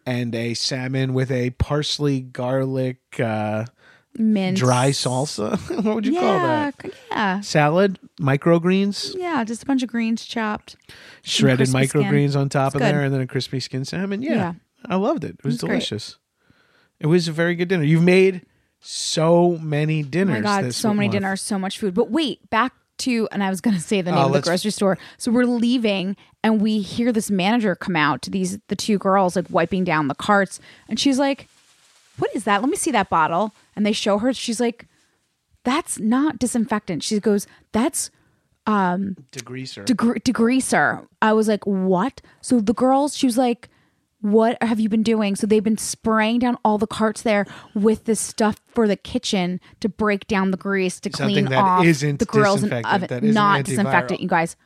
S2: and a salmon with a parsley garlic uh,
S3: mint.
S2: dry salsa. (laughs) what would you call
S3: Yeah.
S2: that?
S3: c- Yeah.
S2: Salad, microgreens.
S3: Yeah. Just a bunch of greens chopped.
S2: shredded
S3: crispy skin.
S2: microgreens on top of
S3: good.
S2: there and then a crispy skin salmon. Yeah.
S3: Yeah.
S2: I loved it. It was,
S3: was great.
S2: delicious. It was a very good dinner. You've made so many
S3: Oh
S2: dinners.
S3: my God.
S2: this
S3: So many
S2: month.
S3: dinners, so much food. But wait, back to, and I was going to say the name
S2: Oh,
S3: of the
S2: let's-
S3: grocery store. So we're leaving and we hear this manager come out to these, the two girls like wiping down the carts. And she's like, what is that? Let me see that bottle. And they show her, she's like, that's not disinfectant. She goes, that's
S2: Degreaser.
S3: degre- degreaser. I was like, what? So the girls, she was like, what have you been doing? So they've been spraying down all the carts there with this stuff for the kitchen to break down the grease to
S2: Something
S3: clean
S2: that
S3: off
S2: isn't
S3: the grills and
S2: disinfectant,
S3: oven.
S2: that isn't
S3: not
S2: antiviral.
S3: disinfectant, you guys.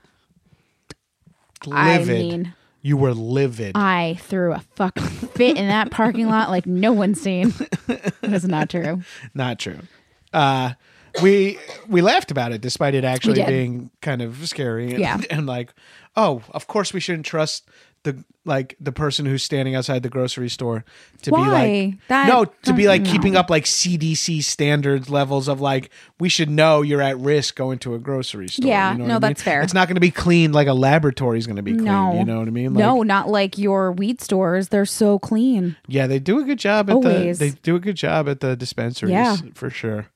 S3: I
S2: livid.
S3: mean-
S2: you were livid.
S3: I threw a fucking fit in that parking lot like no one's seen. That's not true.
S2: Not true. Uh, we we laughed about it despite it actually
S3: did.
S2: being kind of scary and,
S3: Yeah.
S2: and like oh of course we shouldn't trust the like the person who's standing outside the grocery store to be
S3: Why?
S2: like
S3: That-
S2: no to be like
S3: no.
S2: keeping up like CDC standards levels of like we should know you're at risk going to a grocery store
S3: Yeah,
S2: you know
S3: no,
S2: what I mean?
S3: that's fair.
S2: it's not going to be clean like a laboratory is going to be clean
S3: No.
S2: you know what I mean
S3: no,
S2: Like,
S3: not like your weed stores. They're so clean.
S2: yeah they do a good job at
S3: Always.
S2: the they do a good job at the dispensaries
S3: Yeah.
S2: for sure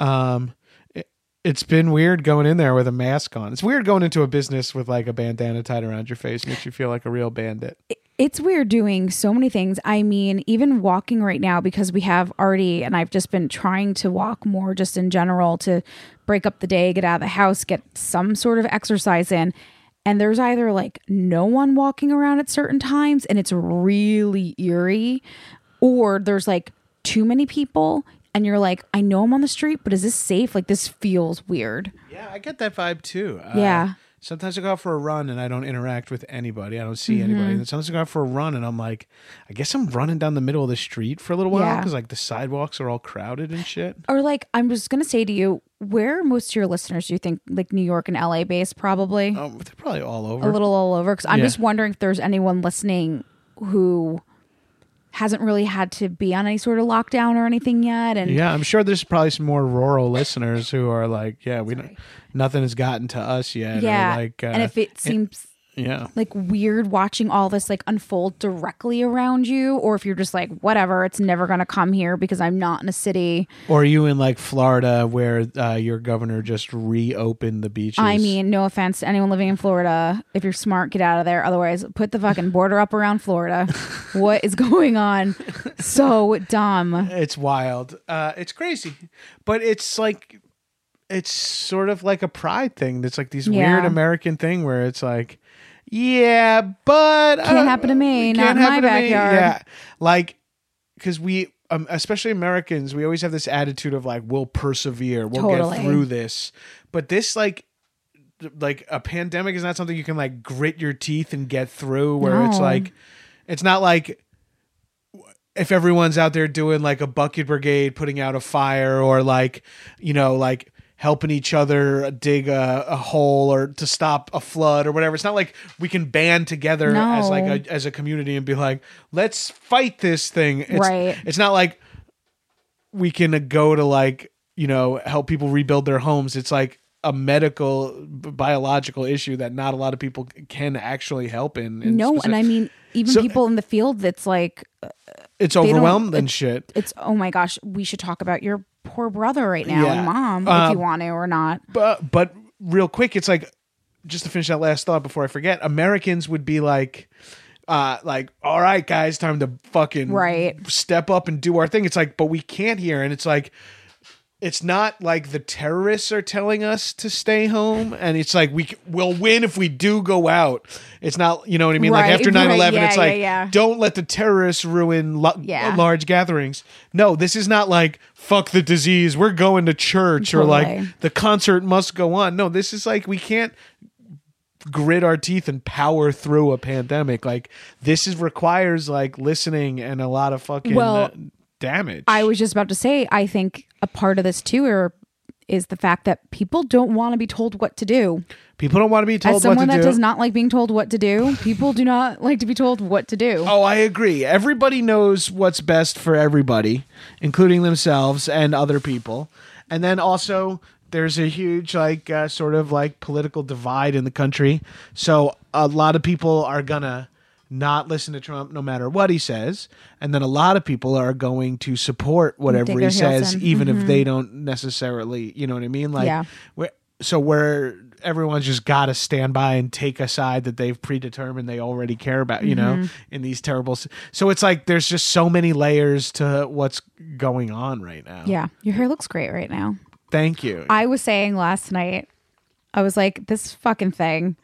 S2: um it, it's been weird going in there with a mask on it's weird going into a business with like a bandana tied around your face makes you feel like a real bandit
S3: it's weird doing so many things. I mean, even walking right now because we have already, and I've just been trying to walk more just in general to break up the day, get out of the house, get some sort of exercise in. And there's either like no one walking around at certain times and it's really eerie, or there's like too many people and you're like, I know I'm on the street, but is this safe? Like, this feels weird.
S2: yeah i get that vibe too uh,
S3: Yeah.
S2: Sometimes I go out for a run and I don't interact with anybody. I don't see
S3: Mm-hmm.
S2: anybody. And sometimes I go out for a run and I'm like, I guess I'm running down the middle of the street for a little while
S3: Yeah.
S2: because like the sidewalks are all crowded and shit.
S3: Or like I'm just gonna say to you, where are most of your listeners do you think like New York and LA based probably?
S2: Um, they're probably all over.
S3: a little all over because i'm
S2: Yeah.
S3: just wondering if there's anyone listening who hasn't really had to be on any sort of lockdown or anything yet and
S2: yeah, I'm sure there's probably some more rural listeners who are like, yeah, we don't, nothing has gotten to us yet. or,
S3: yeah
S2: like, uh,
S3: and if it seems
S2: yeah,
S3: like weird watching all this like unfold directly around you or if you're just like whatever it's never gonna come here because i'm not in a city
S2: or are you in like Florida where uh, your governor just reopened the beaches?
S3: i mean no offense to anyone living in florida if you're smart get out of there otherwise put the fucking border up
S2: (laughs)
S3: around florida what is going on so dumb
S2: (laughs) it's wild. Uh, it's crazy, but it's like it's sort of like a pride thing. That's like these
S3: Yeah.
S2: weird American thing where it's like, yeah, but
S3: Can't happen to me, not in my backyard.
S2: Yeah, like because we. Um, especially Americans, we always have this attitude of like, we'll persevere, we'll
S3: Totally.
S2: get through this. But this, like, like a pandemic is not something you can like grit your teeth and get through where it's
S3: No.
S2: like it's not like if everyone's out there doing like a bucket brigade putting out a fire or like you know like helping each other dig a, a hole or to stop a flood or whatever it's not like we can band together as like
S3: No.
S2: a, as a community and be like let's fight this thing it's,
S3: Right.
S2: it's not like we can uh, go to like you know help people rebuild their homes it's like a medical b- biological issue that not a lot of people c- can actually help in, in
S3: no
S2: specific-
S3: and i mean even
S2: So- eh
S3: people in the field that's like
S2: it's
S3: don't-
S2: overwhelmed and shit
S3: it's oh my gosh we should talk about your poor brother right now
S2: Yeah. Um,
S3: and mom if you want to or not
S2: but but real quick it's like just to finish that last thought before i forget americans would be like uh like all right guys time to fucking
S3: Right.
S2: step up and do our thing it's like but we can't here and it's like it's not like the terrorists are telling us to stay home and it's like we c- we'll win if we do go out it's not you know what i mean like
S3: Right,
S2: after
S3: right,
S2: 9-11 it's
S3: yeah,
S2: like
S3: yeah, yeah.
S2: don't let the terrorists ruin lo-
S3: Yeah.
S2: large gatherings no this is not like fuck the disease we're going to church or
S3: Totally.
S2: like the concert must go on no this is like we can't grit our teeth and power through a pandemic like this is requires like listening and a lot of fucking
S3: Well,
S2: uh, damage
S3: i was just about to say i think a part of this too are, is the fact that people don't want to be told what to do
S2: people don't want to be told
S3: as someone
S2: what to
S3: that
S2: do
S3: does not like being told what to do people do not like to be told what to do
S2: Oh, I agree. Everybody knows what's best for everybody, including themselves and other people. And then also, there's a huge, like, uh, sort of like political divide in the country. So a lot of people are gonna not listen to Trump no matter what he says. And then a lot of people are going to support whatever
S3: Dig
S2: he
S3: their heels
S2: says,
S3: in.
S2: even if they don't necessarily, you know what I mean? Like,
S3: Yeah.
S2: we so where everyone's just got to stand by and take a side that they've predetermined they already care about you know
S3: Mm-hmm.
S2: in these terrible s- so it's like there's just so many layers to what's going on right now
S3: yeah your hair looks great right now
S2: thank you
S3: I was saying last night, I was like, this fucking thing,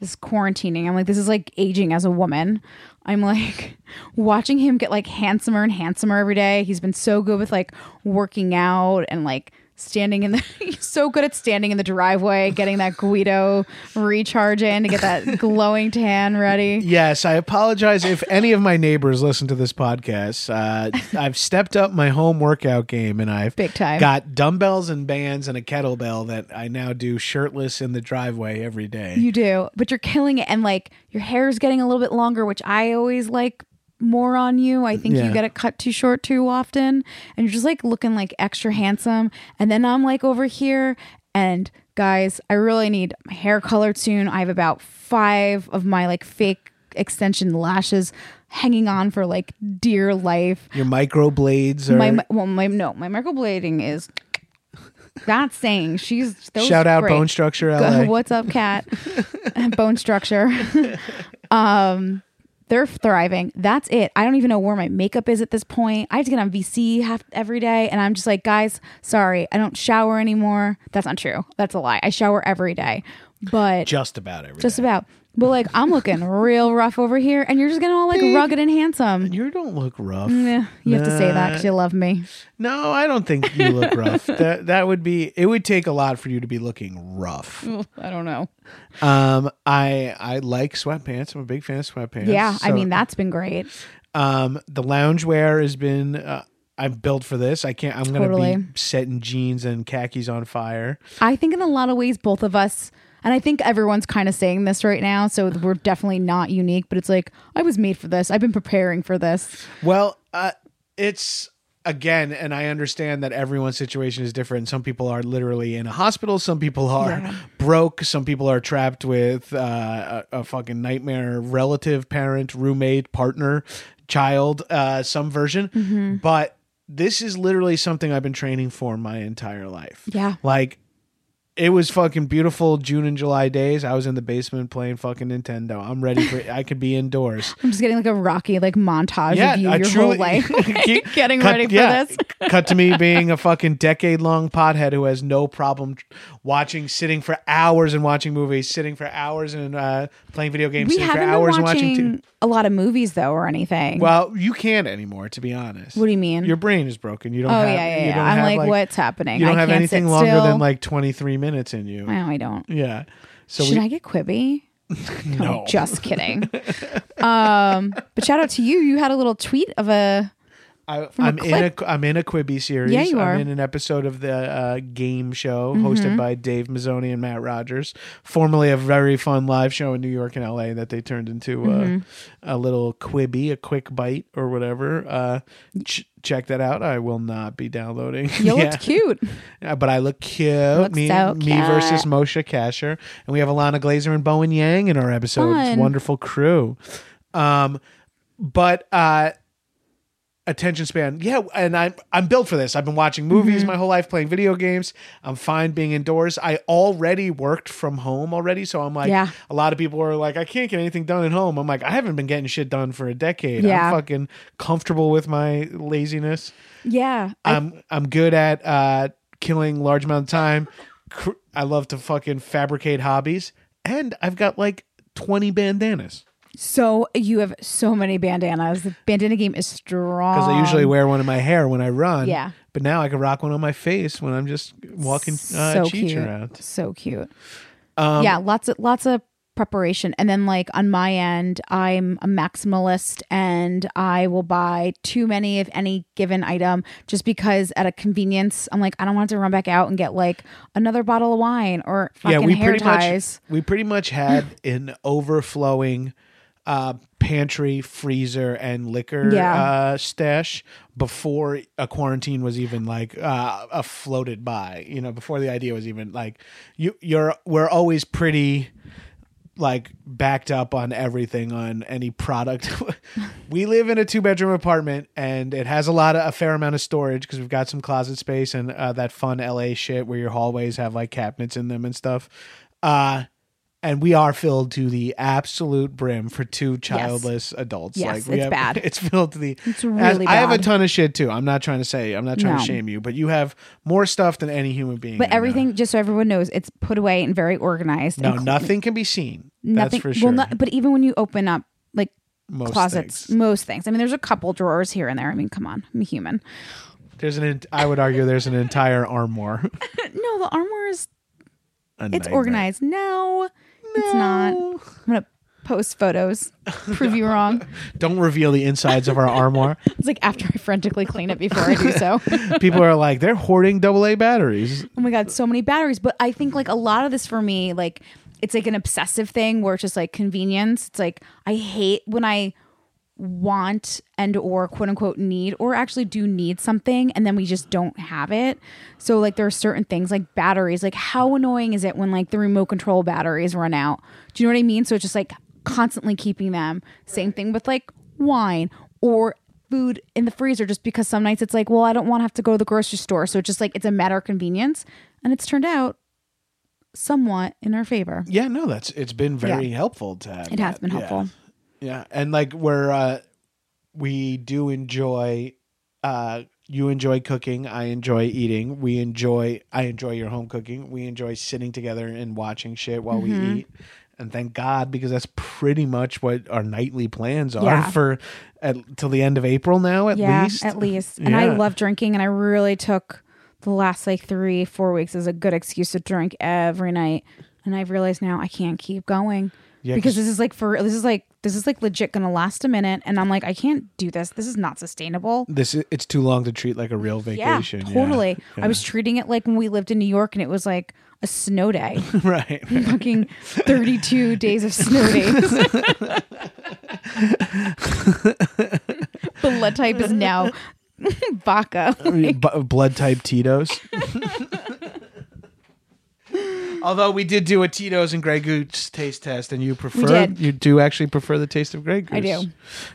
S3: this quarantining. I'm like, this is like aging as a woman. I'm like (laughs) watching him get like handsomer and handsomer every day. He's been so good with like working out and like standing in the (laughs) he's so good at standing in the driveway, getting that Guido recharge in to get that glowing tan ready.
S2: yes i apologize if any of my neighbors listen to this podcast uh, i've stepped up my home workout game and i've
S3: Big time.
S2: got dumbbells and bands and a kettlebell that i now do shirtless in the driveway every day
S3: You do, but you're killing it. And like your hair is getting a little bit longer, which I always like more on you. I think
S2: Yeah.
S3: you get it cut too short too often. And you're just like looking like extra handsome. And then I'm like over here and guys, I really need my hair colored soon. I have about five of my like fake extension lashes hanging on for like dear life.
S2: your microblades are
S3: My well, my no, my microblading is not saying she's those
S2: shout out
S3: great.
S2: bone structure
S3: (laughs) Go-
S2: LA.
S3: What's up, cat? (laughs) Bone structure. (laughs) um, they're thriving. That's it. I don't even know where my makeup is at this point. I have to get on VC half every day, and I'm just like, guys, sorry, I don't shower anymore. That's not true. That's a lie. I shower every day, but
S2: Just about everything.
S3: just about. But like, I'm looking real rough over here, and you're just getting all like rugged and handsome.
S2: You don't look rough.
S3: Mm, Yeah, you have to say that because you love me.
S2: No, I don't think you look rough. That that would be it would take a lot for you to be looking rough.
S3: (laughs) I don't know.
S2: Um I I like sweatpants. I'm a big fan of sweatpants.
S3: Yeah, I
S2: So,
S3: mean that's been great.
S2: um the loungewear has been uh, I'm built for this. I can't I'm going to
S3: Totally.
S2: be setting jeans and khakis on fire.
S3: I think in a lot of ways, both of us, and I think everyone's kind of saying this right now, so we're definitely not unique. But it's like I was made for this. I've been preparing for this.
S2: Well, uh, it's again, and I understand that everyone's situation is different. Some people are literally in a hospital. Some people are broke. Some people are trapped with uh, a, a fucking nightmare relative, parent, roommate, partner, child, uh, some version. But this is literally something I've been training for my entire life.
S3: Yeah.
S2: Like, it was fucking beautiful June and July days. I was in the basement playing fucking Nintendo. I'm ready for I could be indoors
S3: I'm just getting like a rocky like montage of you
S2: I
S3: your whole
S2: truly- (laughs)
S3: life, (laughs) like,
S2: Keep-
S3: getting
S2: cut-
S3: ready for
S2: yeah.
S3: this.
S2: (laughs) cut to
S3: (laughs)
S2: me being a fucking decade long pothead who has no problem tr- watching, sitting for hours and watching movies, sitting for hours and uh, playing video games,
S3: We
S2: sitting for
S3: haven't
S2: hours
S3: been
S2: and
S3: watching,
S2: watching. T-
S3: a lot of movies though, or anything.
S2: well, you can't anymore, to be honest.
S3: what do you mean?
S2: Your brain is broken. You don't.
S3: oh
S2: have,
S3: yeah, yeah,
S2: You
S3: yeah.
S2: don't
S3: I'm
S2: have,
S3: like, what's happening?
S2: You don't
S3: I
S2: have
S3: can't
S2: anything
S3: sit
S2: longer
S3: still.
S2: than like 23 minutes in you.
S3: No, I don't.
S2: Yeah. So
S3: Should
S2: we,
S3: I get Quibi? No,
S2: No. (laughs)
S3: just kidding. um, but shout out to you. You had a little tweet of a
S2: I,
S3: a
S2: I'm in a
S3: clip?
S2: I'm in a Quibi series.
S3: Yeah, you are. Mm-hmm.
S2: I'm in an episode of the uh, game show hosted by Dave Mazzoni and Matt Rogers, formerly a very fun live show in New York and LA that they turned into
S3: Mm-hmm.
S2: uh, a little Quibi, a quick bite or whatever. Uh, ch- check that out. I will not be downloading. (laughs)
S3: you
S2: Yeah.
S3: looked cute.
S2: Yeah, but I look cute.
S3: look
S2: me,
S3: so
S2: me
S3: cute.
S2: versus Moshe Kasher, and we have Alana Glazer and Bowen Yang in our episode. It's a
S3: Fun.
S2: wonderful crew. Um, but uh, attention span, yeah, and I'm I'm built for this. I've been watching movies
S3: Mm-hmm.
S2: my whole life, playing video games. I'm fine being indoors. I already worked from home already, so I'm like,
S3: Yeah.
S2: a lot of people are like, I can't get anything done at home. I'm like, I haven't been getting shit done for a decade.
S3: Yeah.
S2: I'm fucking comfortable with my laziness.
S3: Yeah. I-
S2: I'm I'm good at uh, killing large amount of time. Cr- I love to fucking fabricate hobbies, and I've got like twenty bandanas
S3: so you have so many bandanas. The bandana game is strong.
S2: because I usually wear one in my hair when I run.
S3: Um, Yeah.
S2: but now I can rock one on my face when I'm just walking uh, Um,
S3: so
S2: cheech
S3: cute.
S2: around.
S3: So cute. yeah, lots of lots of preparation, and then like on my end, I'm a maximalist, and I will buy too many of any given item just because at a convenience, I'm like I don't want to run back out and get like another bottle of wine or fucking
S2: yeah, we
S3: hair
S2: pretty
S3: ties.
S2: much we pretty much had an overflowing uh, pantry, freezer, and liquor
S3: Yeah.
S2: uh, stash before a quarantine was even like uh, uh, floated by. You know, before the idea was even like you you're we're always pretty like backed up on everything on any product. (laughs) we live in a two bedroom apartment and it has a lot of a fair amount of storage because we've got some closet space and uh, that fun LA shit where your hallways have like cabinets in them and stuff. Uh, and we are filled to the absolute brim for two childless adults.
S3: Yes,
S2: like we
S3: it's
S2: have,
S3: bad.
S2: (laughs) It's filled to the. It's
S3: really
S2: I have a
S3: bad.
S2: ton of shit too. I'm not trying to say. I'm not trying to
S3: No.
S2: shame you, but you have more stuff than any human being. I
S3: But
S2: know.
S3: everything, just so everyone knows, it's put away and very organized.
S2: No,
S3: and
S2: nothing can be seen. That's for sure.
S3: Well, not, but even when you open up like
S2: Most
S3: closets,
S2: things.
S3: most things. I mean, there's a couple drawers here and there. I mean, come on, I'm a human.
S2: There's an. ent- I would argue there's an entire armoire. (laughs)
S3: No, the armor is
S2: A
S3: it's
S2: nightmare.
S3: organized. No, it's not. I'm gonna post photos, prove you wrong.
S2: Don't reveal the insides of our armoire.
S3: It's like after I frantically clean it before I do so.
S2: People are like they're hoarding AA batteries.
S3: oh my god, so many batteries. But I think like a lot of this for me, like it's like an obsessive thing where it's just like convenience. It's like I hate when I want and or quote unquote need or actually do need something and then we just don't have it. So like there are certain things like batteries. Like how annoying is it when like the remote control batteries run out? Do you know what I mean? So it's just like constantly keeping them. Same thing with like wine or food in the freezer just because some nights it's like, well, I don't want to have to go to the grocery store. So it's just like it's a matter of convenience and it's turned out somewhat in our favor.
S2: Yeah, no, that's it's been very helpful to have.
S3: It has been
S2: that.
S3: helpful.
S2: Yeah, yeah. and like we're uh, we do enjoy uh, you enjoy cooking. I enjoy eating. We enjoy. I enjoy your home cooking. We enjoy sitting together and watching shit while
S3: Mm-hmm.
S2: we eat. And thank God because that's pretty much what our nightly plans are
S3: Yeah.
S2: for at, till the end of April now at
S3: yeah,
S2: least.
S3: at least. And I
S2: Yeah.
S3: love drinking, and I really took the last like three, four weeks as a good excuse to drink every night. And I've realized now I can't keep going
S2: Yeah,
S3: because
S2: 'cause-
S3: this is like for this is like this is like legit gonna last a minute, and I'm like I can't do this. This is not sustainable.
S2: This i- it's too long to treat like a real vacation.
S3: yeah, totally. I was treating it like when we lived in New York, and it was like a snow day,
S2: (laughs)
S3: (laughs)
S2: right. right.
S3: fucking
S2: (laughs)
S3: 32 days of snow days. (laughs) Blood type is
S2: (laughs)
S3: now vodka.
S2: B- blood type Tito's. Although we did do a Tito's and Grey Goose taste test, and you prefer
S3: did.
S2: you do actually prefer the taste of Grey Goose.
S3: I do.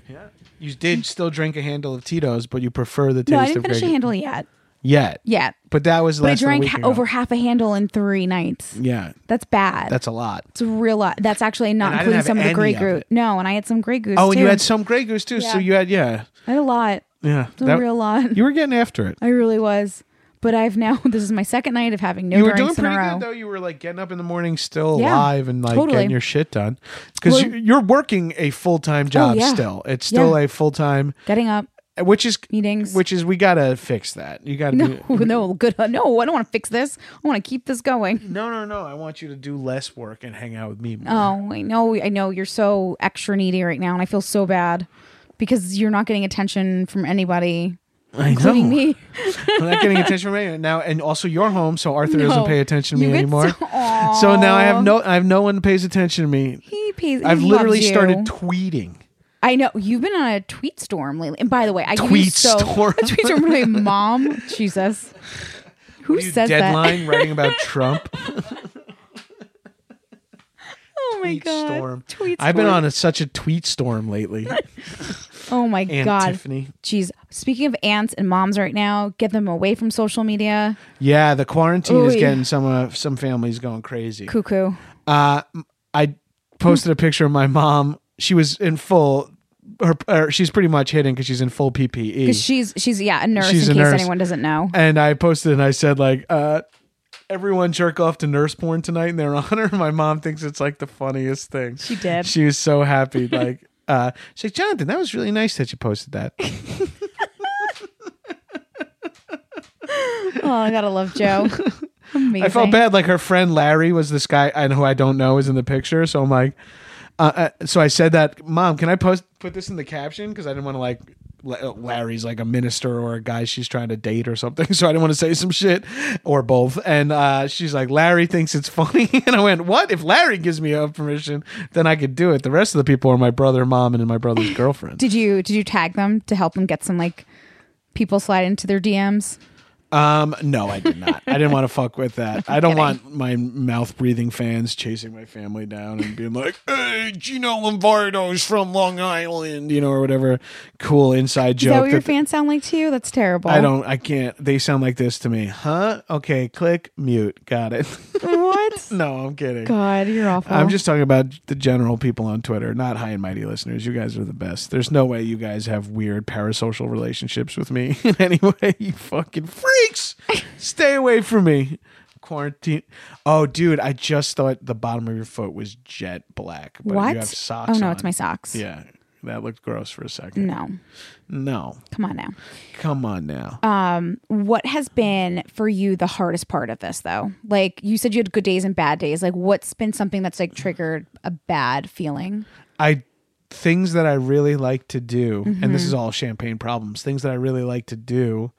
S2: Yeah, you did still drink a handle of Tito's, but you prefer the taste
S3: No, I didn't
S2: of Grey
S3: finish a
S2: Goose.
S3: handle yet.
S2: yet.
S3: Yet.
S2: But that was
S3: But I
S2: less than a
S3: drank
S2: week
S3: ha-
S2: ago.
S3: over half a handle in three nights.
S2: Yeah,
S3: That's bad.
S2: that's a lot.
S3: it's a real lot. That's actually not
S2: And I didn't
S3: including
S2: have
S3: some of the
S2: any
S3: Grey
S2: of
S3: Goose.
S2: it.
S3: No, and I had some Grey Goose.
S2: Oh, and you
S3: too.
S2: had some Grey Goose too. So
S3: Yeah.
S2: you had yeah,
S3: I had a lot.
S2: yeah.
S3: It's a real lot.
S2: You were getting after it.
S3: I really was. But I've now, (laughs) this is my second night of having no
S2: you were doing
S3: drinks in
S2: pretty
S3: a row.
S2: good though. You were like getting up in the morning, still
S3: Yeah,
S2: alive, and like
S3: totally.
S2: getting your shit done. Because
S3: Well- Oh,
S2: you're working a full time job
S3: yeah.
S2: still. It's still
S3: Yeah.
S2: a full time,
S3: Getting up,
S2: which is
S3: meetings.
S2: Which is we gotta fix that. You gotta
S3: (laughs) no,
S2: do-
S3: no, good. uh, No, I don't want to fix this. I want to keep this going.
S2: no, no, no. I want you to do less work and hang out with me more.
S3: Oh, I know. I know you're so extra needy right now, and I feel so bad because you're not getting attention from anybody,
S2: I
S3: including me.
S2: I'm not
S3: (laughs)
S2: getting attention from anyone now, and also you're home, so Arthur doesn't
S3: No.
S2: pay attention to
S3: You
S2: me
S3: get (laughs)
S2: anymore.
S3: so-
S2: so now I have no, I have no one pays attention to me.
S3: He pays. he
S2: I've literally
S3: loves you.
S2: started tweeting.
S3: I know you've been on a tweet storm lately. And by the way, I tweet
S2: Tweet
S3: so, (laughs)
S2: storm.
S3: A tweet storm. My mom, Jesus, who
S2: You
S3: says that?
S2: deadline writing about Trump.
S3: (laughs) Oh my
S2: tweet
S3: god,
S2: storm.
S3: tweet storm.
S2: I've been on a, such a tweet storm
S3: (laughs)
S2: lately.
S3: Oh my
S2: Aunt
S3: god,
S2: Tiffany.
S3: Jeez, speaking of aunts and moms right now, get them away from social media.
S2: Yeah, the quarantine is
S3: Oy.
S2: getting some uh, some families going crazy.
S3: Cuckoo.
S2: Uh, m- I posted a picture of my mom. She was in full. Her, or she's pretty much hidden because she's in full PPE.
S3: Because she's she's yeah a nurse
S2: She's
S3: in
S2: a
S3: case
S2: nurse.
S3: anyone doesn't know.
S2: and I posted and I said like, uh, everyone jerk off to nurse porn tonight in their (laughs) honor. My mom thinks it's like the funniest thing.
S3: She did.
S2: She was so happy. Like, uh, she's like, Jonathan, that was really nice that you posted that.
S3: Oh, I gotta love
S2: (laughs)
S3: Joe. Amazing.
S2: I felt bad. Like her friend Larry was this guy and who I don't know is in the picture. So I'm like, uh, uh, so I said that, mom, can I post put this in the caption? Because I didn't want to like. La- uh, Larry's like a minister or a guy she's trying to date or something, (laughs) so I didn't want to say some shit or both. And uh, she's like, Larry thinks it's funny, (laughs) and I went, "What? If Larry gives me uh, permission, then I could do it." The rest of the people are my brother, mom, and my brother's girlfriend.
S3: Did you did you tag them to help them get some like people slide into their DMs?
S2: Um, no, I did not. I didn't want to fuck with
S3: (laughs)
S2: that. I don't want my mouth breathing fans chasing my family down and being like, "Hey, Gino Lombardo's from Long Island," you know, or whatever cool inside
S3: Is that
S2: joke.
S3: what your
S2: that-
S3: fans sound like to you? That's terrible.
S2: I don't. I can't. They sound like this to me, huh? Okay, click mute. Got it. (laughs)
S3: What?
S2: no, I'm kidding.
S3: God, you're awful.
S2: I'm just talking about the general people on Twitter, not high and mighty listeners. You guys are the best. There's no way you guys have weird parasocial relationships with me (laughs) in any way. You fucking freaks. Stay away from me. Quarantine. Oh, dude, I just thought the bottom of your foot was jet black. But
S3: what?
S2: You have socks.
S3: oh no,
S2: on.
S3: it's my socks.
S2: Yeah, that looked gross for a second.
S3: No,
S2: No,
S3: come on now.
S2: come on now.
S3: What has been for you the hardest part of this though? Like you said, you had good days and bad days. Like what's been something that's like triggered a bad feeling?
S2: I things that I really like to do, and this is
S3: Mm-hmm.
S2: all champagne problems. Things that I really like to do,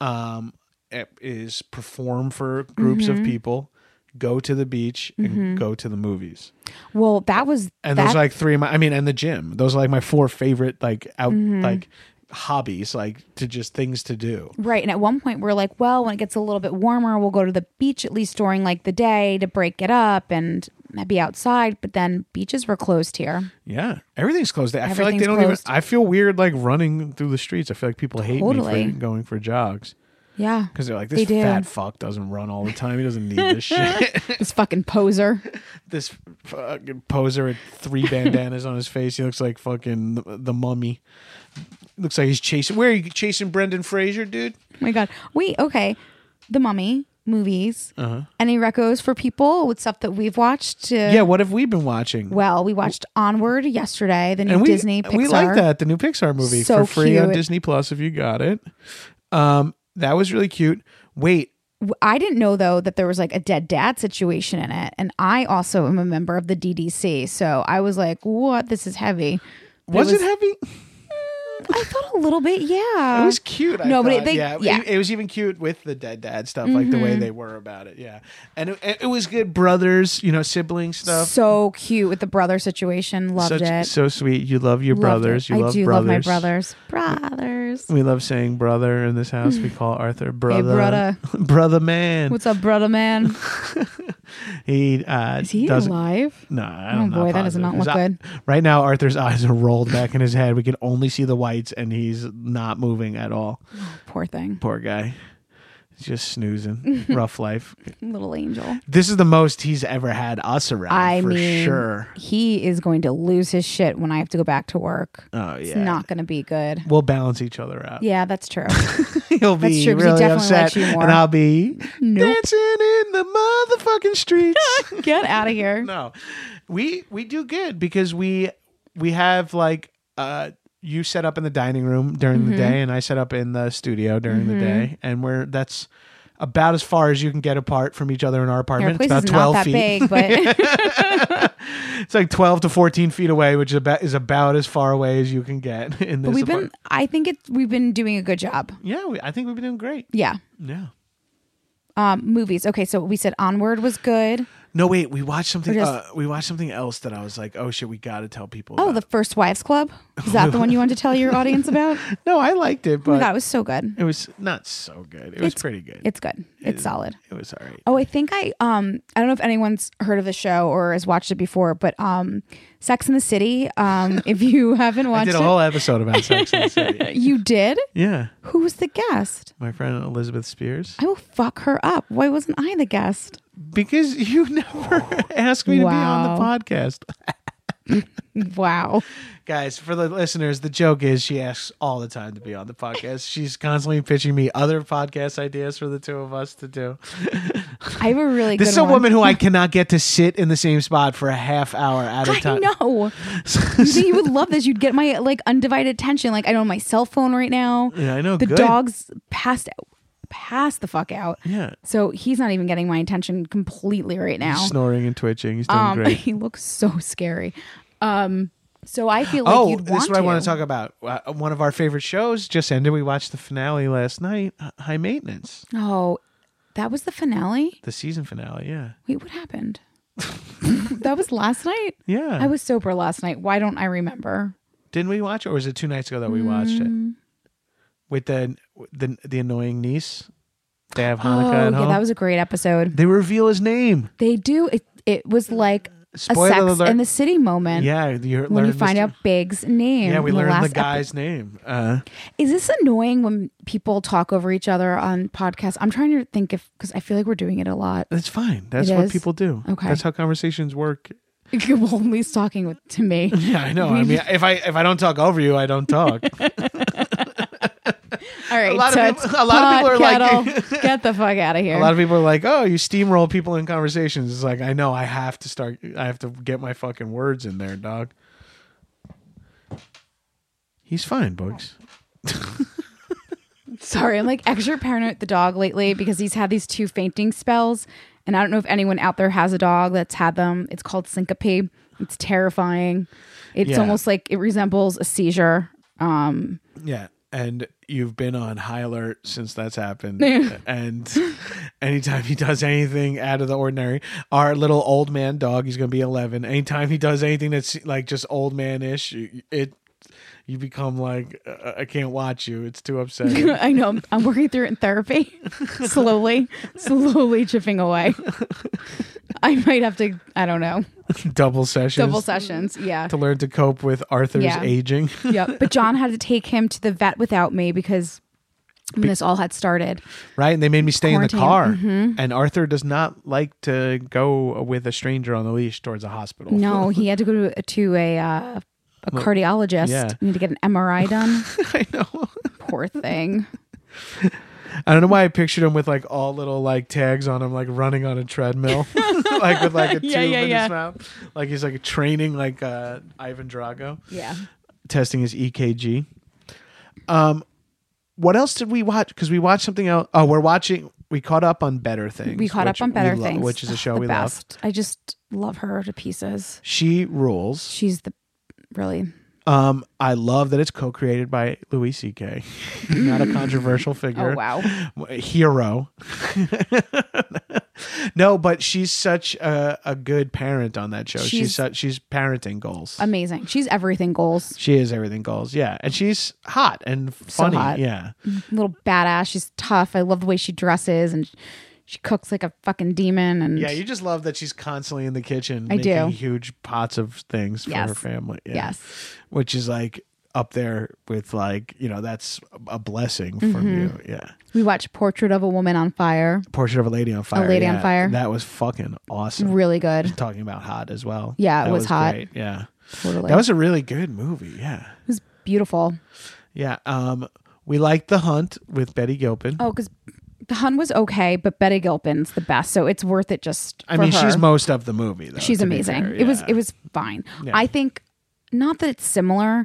S2: um, eh, is perform for groups
S3: Mm-hmm.
S2: of people, go to the beach, and go to the movies.
S3: Well, that was
S2: And
S3: Mm-hmm. that
S2: those are like three of my. I mean, and the gym. Those are like my four favorite like out
S3: Mm-hmm.
S2: like hobbies, like to just things to do.
S3: Right. And at one point, we're like, well, when it gets a little bit warmer, we'll go to the beach at least during like the day to break it up and be outside. But then beaches were closed here.
S2: Yeah, everything's closed. I feel like
S3: Everything's
S2: they don't
S3: closed.
S2: even. I feel weird like running through the streets. I feel like people hate me
S3: Totally.
S2: for going for jogs
S3: Yeah.
S2: because they're like
S3: They
S2: this
S3: do.
S2: fat fuck doesn't run all the time. He doesn't need
S3: (laughs)
S2: this shit.
S3: This fucking poser. Oh
S2: this
S3: (laughs)
S2: fucking poser with three bandanas on his face. He looks like fucking the, the mummy. Looks like he's chasing. Where are you chasing Brendan Fraser, dude?
S3: my god. Wait, okay. The Mummy movies. Any recos for people with stuff that we've watched? Uh,
S2: Uh-huh. Yeah. What have we been watching?
S3: Well, we watched Onward yesterday, the new
S2: and we
S3: Disney Pixar.
S2: we like that the new Pixar movie
S3: So
S2: for free on
S3: cute.
S2: Disney Plus if you got it. Um, that was really cute. Wait,
S3: W- I didn't know though that there was like a dead dad situation in it, and I also am a member of the DDC, so I was like, "What? This is heavy." But
S2: was it, heavy?
S3: I thought a little bit, yeah.
S2: It was cute. I
S3: No, but it-
S2: thought.
S3: they-
S2: yeah,
S3: yeah. Mm-hmm.
S2: It, it was even cute with the dead dad stuff, like the way they were about it. Yeah, and it, it was good brothers, you know, sibling stuff.
S3: so cute with the brother situation. Loved
S2: Such-
S3: it.
S2: so sweet. You love your
S3: Loved it.
S2: brothers. You
S3: I
S2: love
S3: do
S2: brothers.
S3: love my brothers. Brothers.
S2: We love saying brother in this
S3: (laughs)
S2: house. We call Arthur brother.
S3: brother.
S2: (laughs) brother man.
S3: What's up,
S2: (laughs)
S3: brother man?
S2: he uh,
S3: Is he
S2: doesn't.
S3: alive?
S2: No, I
S3: Oh
S2: don't know.
S3: boy, that does not look good.
S2: Right now, Arthur's eyes are rolled back in his head. We can only see the whites, and he's not moving at all.
S3: Poor thing.
S2: Poor guy. He's just
S3: (laughs)
S2: snoozing. Rough life.
S3: Little angel.
S2: This is the most he's ever had us around
S3: I
S2: for
S3: mean,
S2: sure.
S3: he is going to lose his shit when I have to go back to work.
S2: Oh yeah.
S3: It's not going to be good.
S2: we'll balance each other out.
S3: Yeah,
S2: (laughs)
S3: that's true.
S2: He'll be
S3: true, 'cause he
S2: really
S3: definitely
S2: upset,
S3: likes you more.
S2: and I'll be
S3: Nope.
S2: dancing in the motherfucking streets.
S3: (laughs) Get out of here.
S2: no, we we do good because we we have like uh you set up in the dining room during
S3: Mm-hmm.
S2: the day, and I set up in the studio during the day, and we're that's about as far as you can get apart from each other in our
S3: Our
S2: apartment. it's
S3: place
S2: about
S3: is not
S2: twelve
S3: that
S2: feet.
S3: big,
S2: (laughs)
S3: but (laughs)
S2: It's like twelve to fourteen feet away, which is about is about as far away as you can get (laughs) in this.
S3: we've been.
S2: apart-
S3: I think it's we've been doing a good job.
S2: yeah, we, I think we've been doing great.
S3: Yeah.
S2: Yeah.
S3: Um, movies. Okay, so we said Onward was good.
S2: No, wait. We watched something.
S3: We're just-
S2: uh, we watched something else that I was like, "Oh shit, we got to tell people."
S3: Oh,
S2: about
S3: the First Wives Club. Is that the one you wanted to tell your audience
S2: (laughs)
S3: about? Oh
S2: it. no, I liked it, but
S3: That was so good.
S2: it was not so good. It was pretty good.
S3: It's good. It's solid.
S2: it was all right.
S3: Oh, I think I um I don't know if anyone's heard of the show or has watched it before, but um Sex in the City. Um if
S2: (laughs)
S3: you haven't
S2: I
S3: watched
S2: did a whole episode about Sex
S3: (laughs)
S2: and the City.
S3: it, you did?
S2: Yeah,
S3: Who was the guest?
S2: my friend Elizabeth Spears.
S3: I will fuck her up. Why wasn't I the guest?
S2: Because you (laughs) never asked me to be on the
S3: Wow.
S2: podcast,
S3: Wow.
S2: guys. For the listeners, the joke is she asks all the time to be on the podcast. She's constantly pitching me other podcast ideas for the two of us to do.
S3: I have a really
S2: This
S3: good
S2: is a
S3: one.
S2: woman who I cannot get to sit in the same spot for a half hour at a
S3: I
S2: time.
S3: know. you think you would love this. You'd get my like undivided attention. Like I know my cell phone right now.
S2: Yeah, I know.
S3: The
S2: Good.
S3: dog's passed out passed the fuck out.
S2: Yeah.
S3: So he's not even getting my attention completely right now.
S2: snoring and twitching. He's doing
S3: (laughs) Um,
S2: great.
S3: he looks so scary. Um, so I feel like
S2: oh,
S3: you'd
S2: this
S3: want
S2: is what I want to
S3: to
S2: talk about. Uh, one of our favorite shows just ended. We watched the finale last night. H- High Maintenance,
S3: Oh, that was the finale.
S2: the season finale. Yeah,
S3: Wait,
S2: (laughs)
S3: what happened? that was last night.
S2: yeah.
S3: I was sober last night. Why don't I remember?
S2: Didn't we watch it, or was it two nights ago that we watched
S3: Mm.
S2: it with the the the annoying niece? They have Hanukkah
S3: oh,
S2: at
S3: yeah,
S2: home.
S3: that was a great episode.
S2: they reveal his name.
S3: They do. It, it was like
S2: Spoiler
S3: a sex
S2: alert.
S3: in the city moment.
S2: Yeah, you
S3: When
S2: learned
S3: you find
S2: this-
S3: out Big's name,
S2: Yeah, we
S3: in the
S2: learned the
S3: last epi-
S2: guy's name. Uh,
S3: Is this annoying when people talk over each other on podcasts? I'm trying to think if because I feel like we're doing it a lot. (laughs)
S2: that's fine. That's
S3: It
S2: what
S3: is?
S2: people do.
S3: Okay.
S2: that's how conversations work.
S3: well, at least talking with,
S2: (laughs)
S3: to me.
S2: Yeah, I know.
S3: (laughs)
S2: I mean, if I if I don't talk over you, I don't talk.
S3: All right,
S2: A lot of
S3: toots,
S2: people- a lot of people
S3: pot,
S2: are like- (laughs)
S3: kettle, get the fuck out of here.
S2: A lot of people are like, "Oh, you steamroll people in conversations." It's like, I know, I have to start. I have to get my fucking words in there, dog. He's fine, Bugs.
S3: Sorry, I'm like extra paranoid with the dog lately because he's had these two fainting spells, and I don't know if anyone out there has a dog that's had them. It's called syncope. It's terrifying. It's
S2: Yeah.
S3: almost like it resembles a seizure. Um, (laughs)
S2: Yeah, and you've been on high alert since that's (laughs) happened. and anytime he does anything out of the ordinary, our little old man dog, he's gonna be eleven. Anytime he does anything that's like just old man ish, it you become like, "Uh, I can't watch you. It's too upsetting. (laughs)
S3: I know I'm, I'm working through it in therapy, (laughs) slowly, slowly chipping away. I might have to. I don't know.
S2: Double sessions.
S3: Double sessions. Yeah.
S2: to learn to cope with Arthur's
S3: Yeah.
S2: aging. (laughs)
S3: yeah. But John had to take him to the vet without me because when this all had started.
S2: right? And they made me stay in the car.
S3: Quarantine. Mm-hmm.
S2: And Arthur does not like
S3: (laughs)
S2: to go with a stranger on the leash towards a hospital.
S3: No, he had to go to, to a uh, a cardiologist.
S2: yeah.
S3: You need to get an
S2: (laughs)
S3: MRI done.
S2: (laughs) I know.
S3: Poor thing.
S2: I don't know why I pictured him with like all little like tags on him, like running on a
S3: (laughs)
S2: treadmill, (laughs) like with like a tube
S3: Yeah, yeah,
S2: in
S3: yeah.
S2: his mouth, like he's like training like uh, Ivan Drago,
S3: Yeah.
S2: testing his EKG. Um, what else did we watch? Because we watched something else. Oh, we're watching. We caught up on Better Things.
S3: We caught
S2: which
S3: up on
S2: we
S3: Better
S2: lo-
S3: Things,
S2: which is a
S3: Ugh,
S2: show
S3: the
S2: we love.
S3: best. I just love her to pieces.
S2: She rules.
S3: She's the really
S2: Um, I love that it's co-created by Louis C.K. (laughs) Not a controversial figure.
S3: (laughs) oh wow.
S2: (laughs) hero. (laughs) no, but she's such a, a good parent on that show. She's she's,
S3: She's-
S2: such, she's parenting goals.
S3: Amazing. She's everything goals.
S2: she is everything goals. Yeah, and she's hot and funny.
S3: hot. Mm-hmm.
S2: Yeah,
S3: little badass. She's tough. I love the way she dresses and she cooks like a fucking demon. And
S2: yeah. You just love that she's constantly in the kitchen.
S3: I
S2: making
S3: do.
S2: huge pots of things for
S3: Yes.
S2: her family. Yeah.
S3: Yes.
S2: which is like up there with like you know that's a blessing
S3: Mm-hmm.
S2: from you. Yeah.
S3: we watched Portrait of a Woman on Fire.
S2: Portrait of a Lady on Fire.
S3: Lady on
S2: yeah.
S3: Fire.
S2: That was fucking awesome. (laughs)
S3: Really good.
S2: Talking about hot as well.
S3: Yeah, it
S2: That
S3: was hot.
S2: Great. Yeah.
S3: Totally.
S2: That was a really good movie. Yeah.
S3: it was beautiful.
S2: Yeah. Um, we liked The Hunt with Betty Gilpin.
S3: Oh, because the Hun was okay, but Betty Gilpin's the best, so it's worth it. Just
S2: I
S3: for
S2: mean,
S3: her.
S2: she's most of the movie, though.
S3: she's
S2: to be
S3: amazing.
S2: fair.
S3: It was
S2: Yeah.
S3: it was fine.
S2: Yeah.
S3: I think not that it's similar,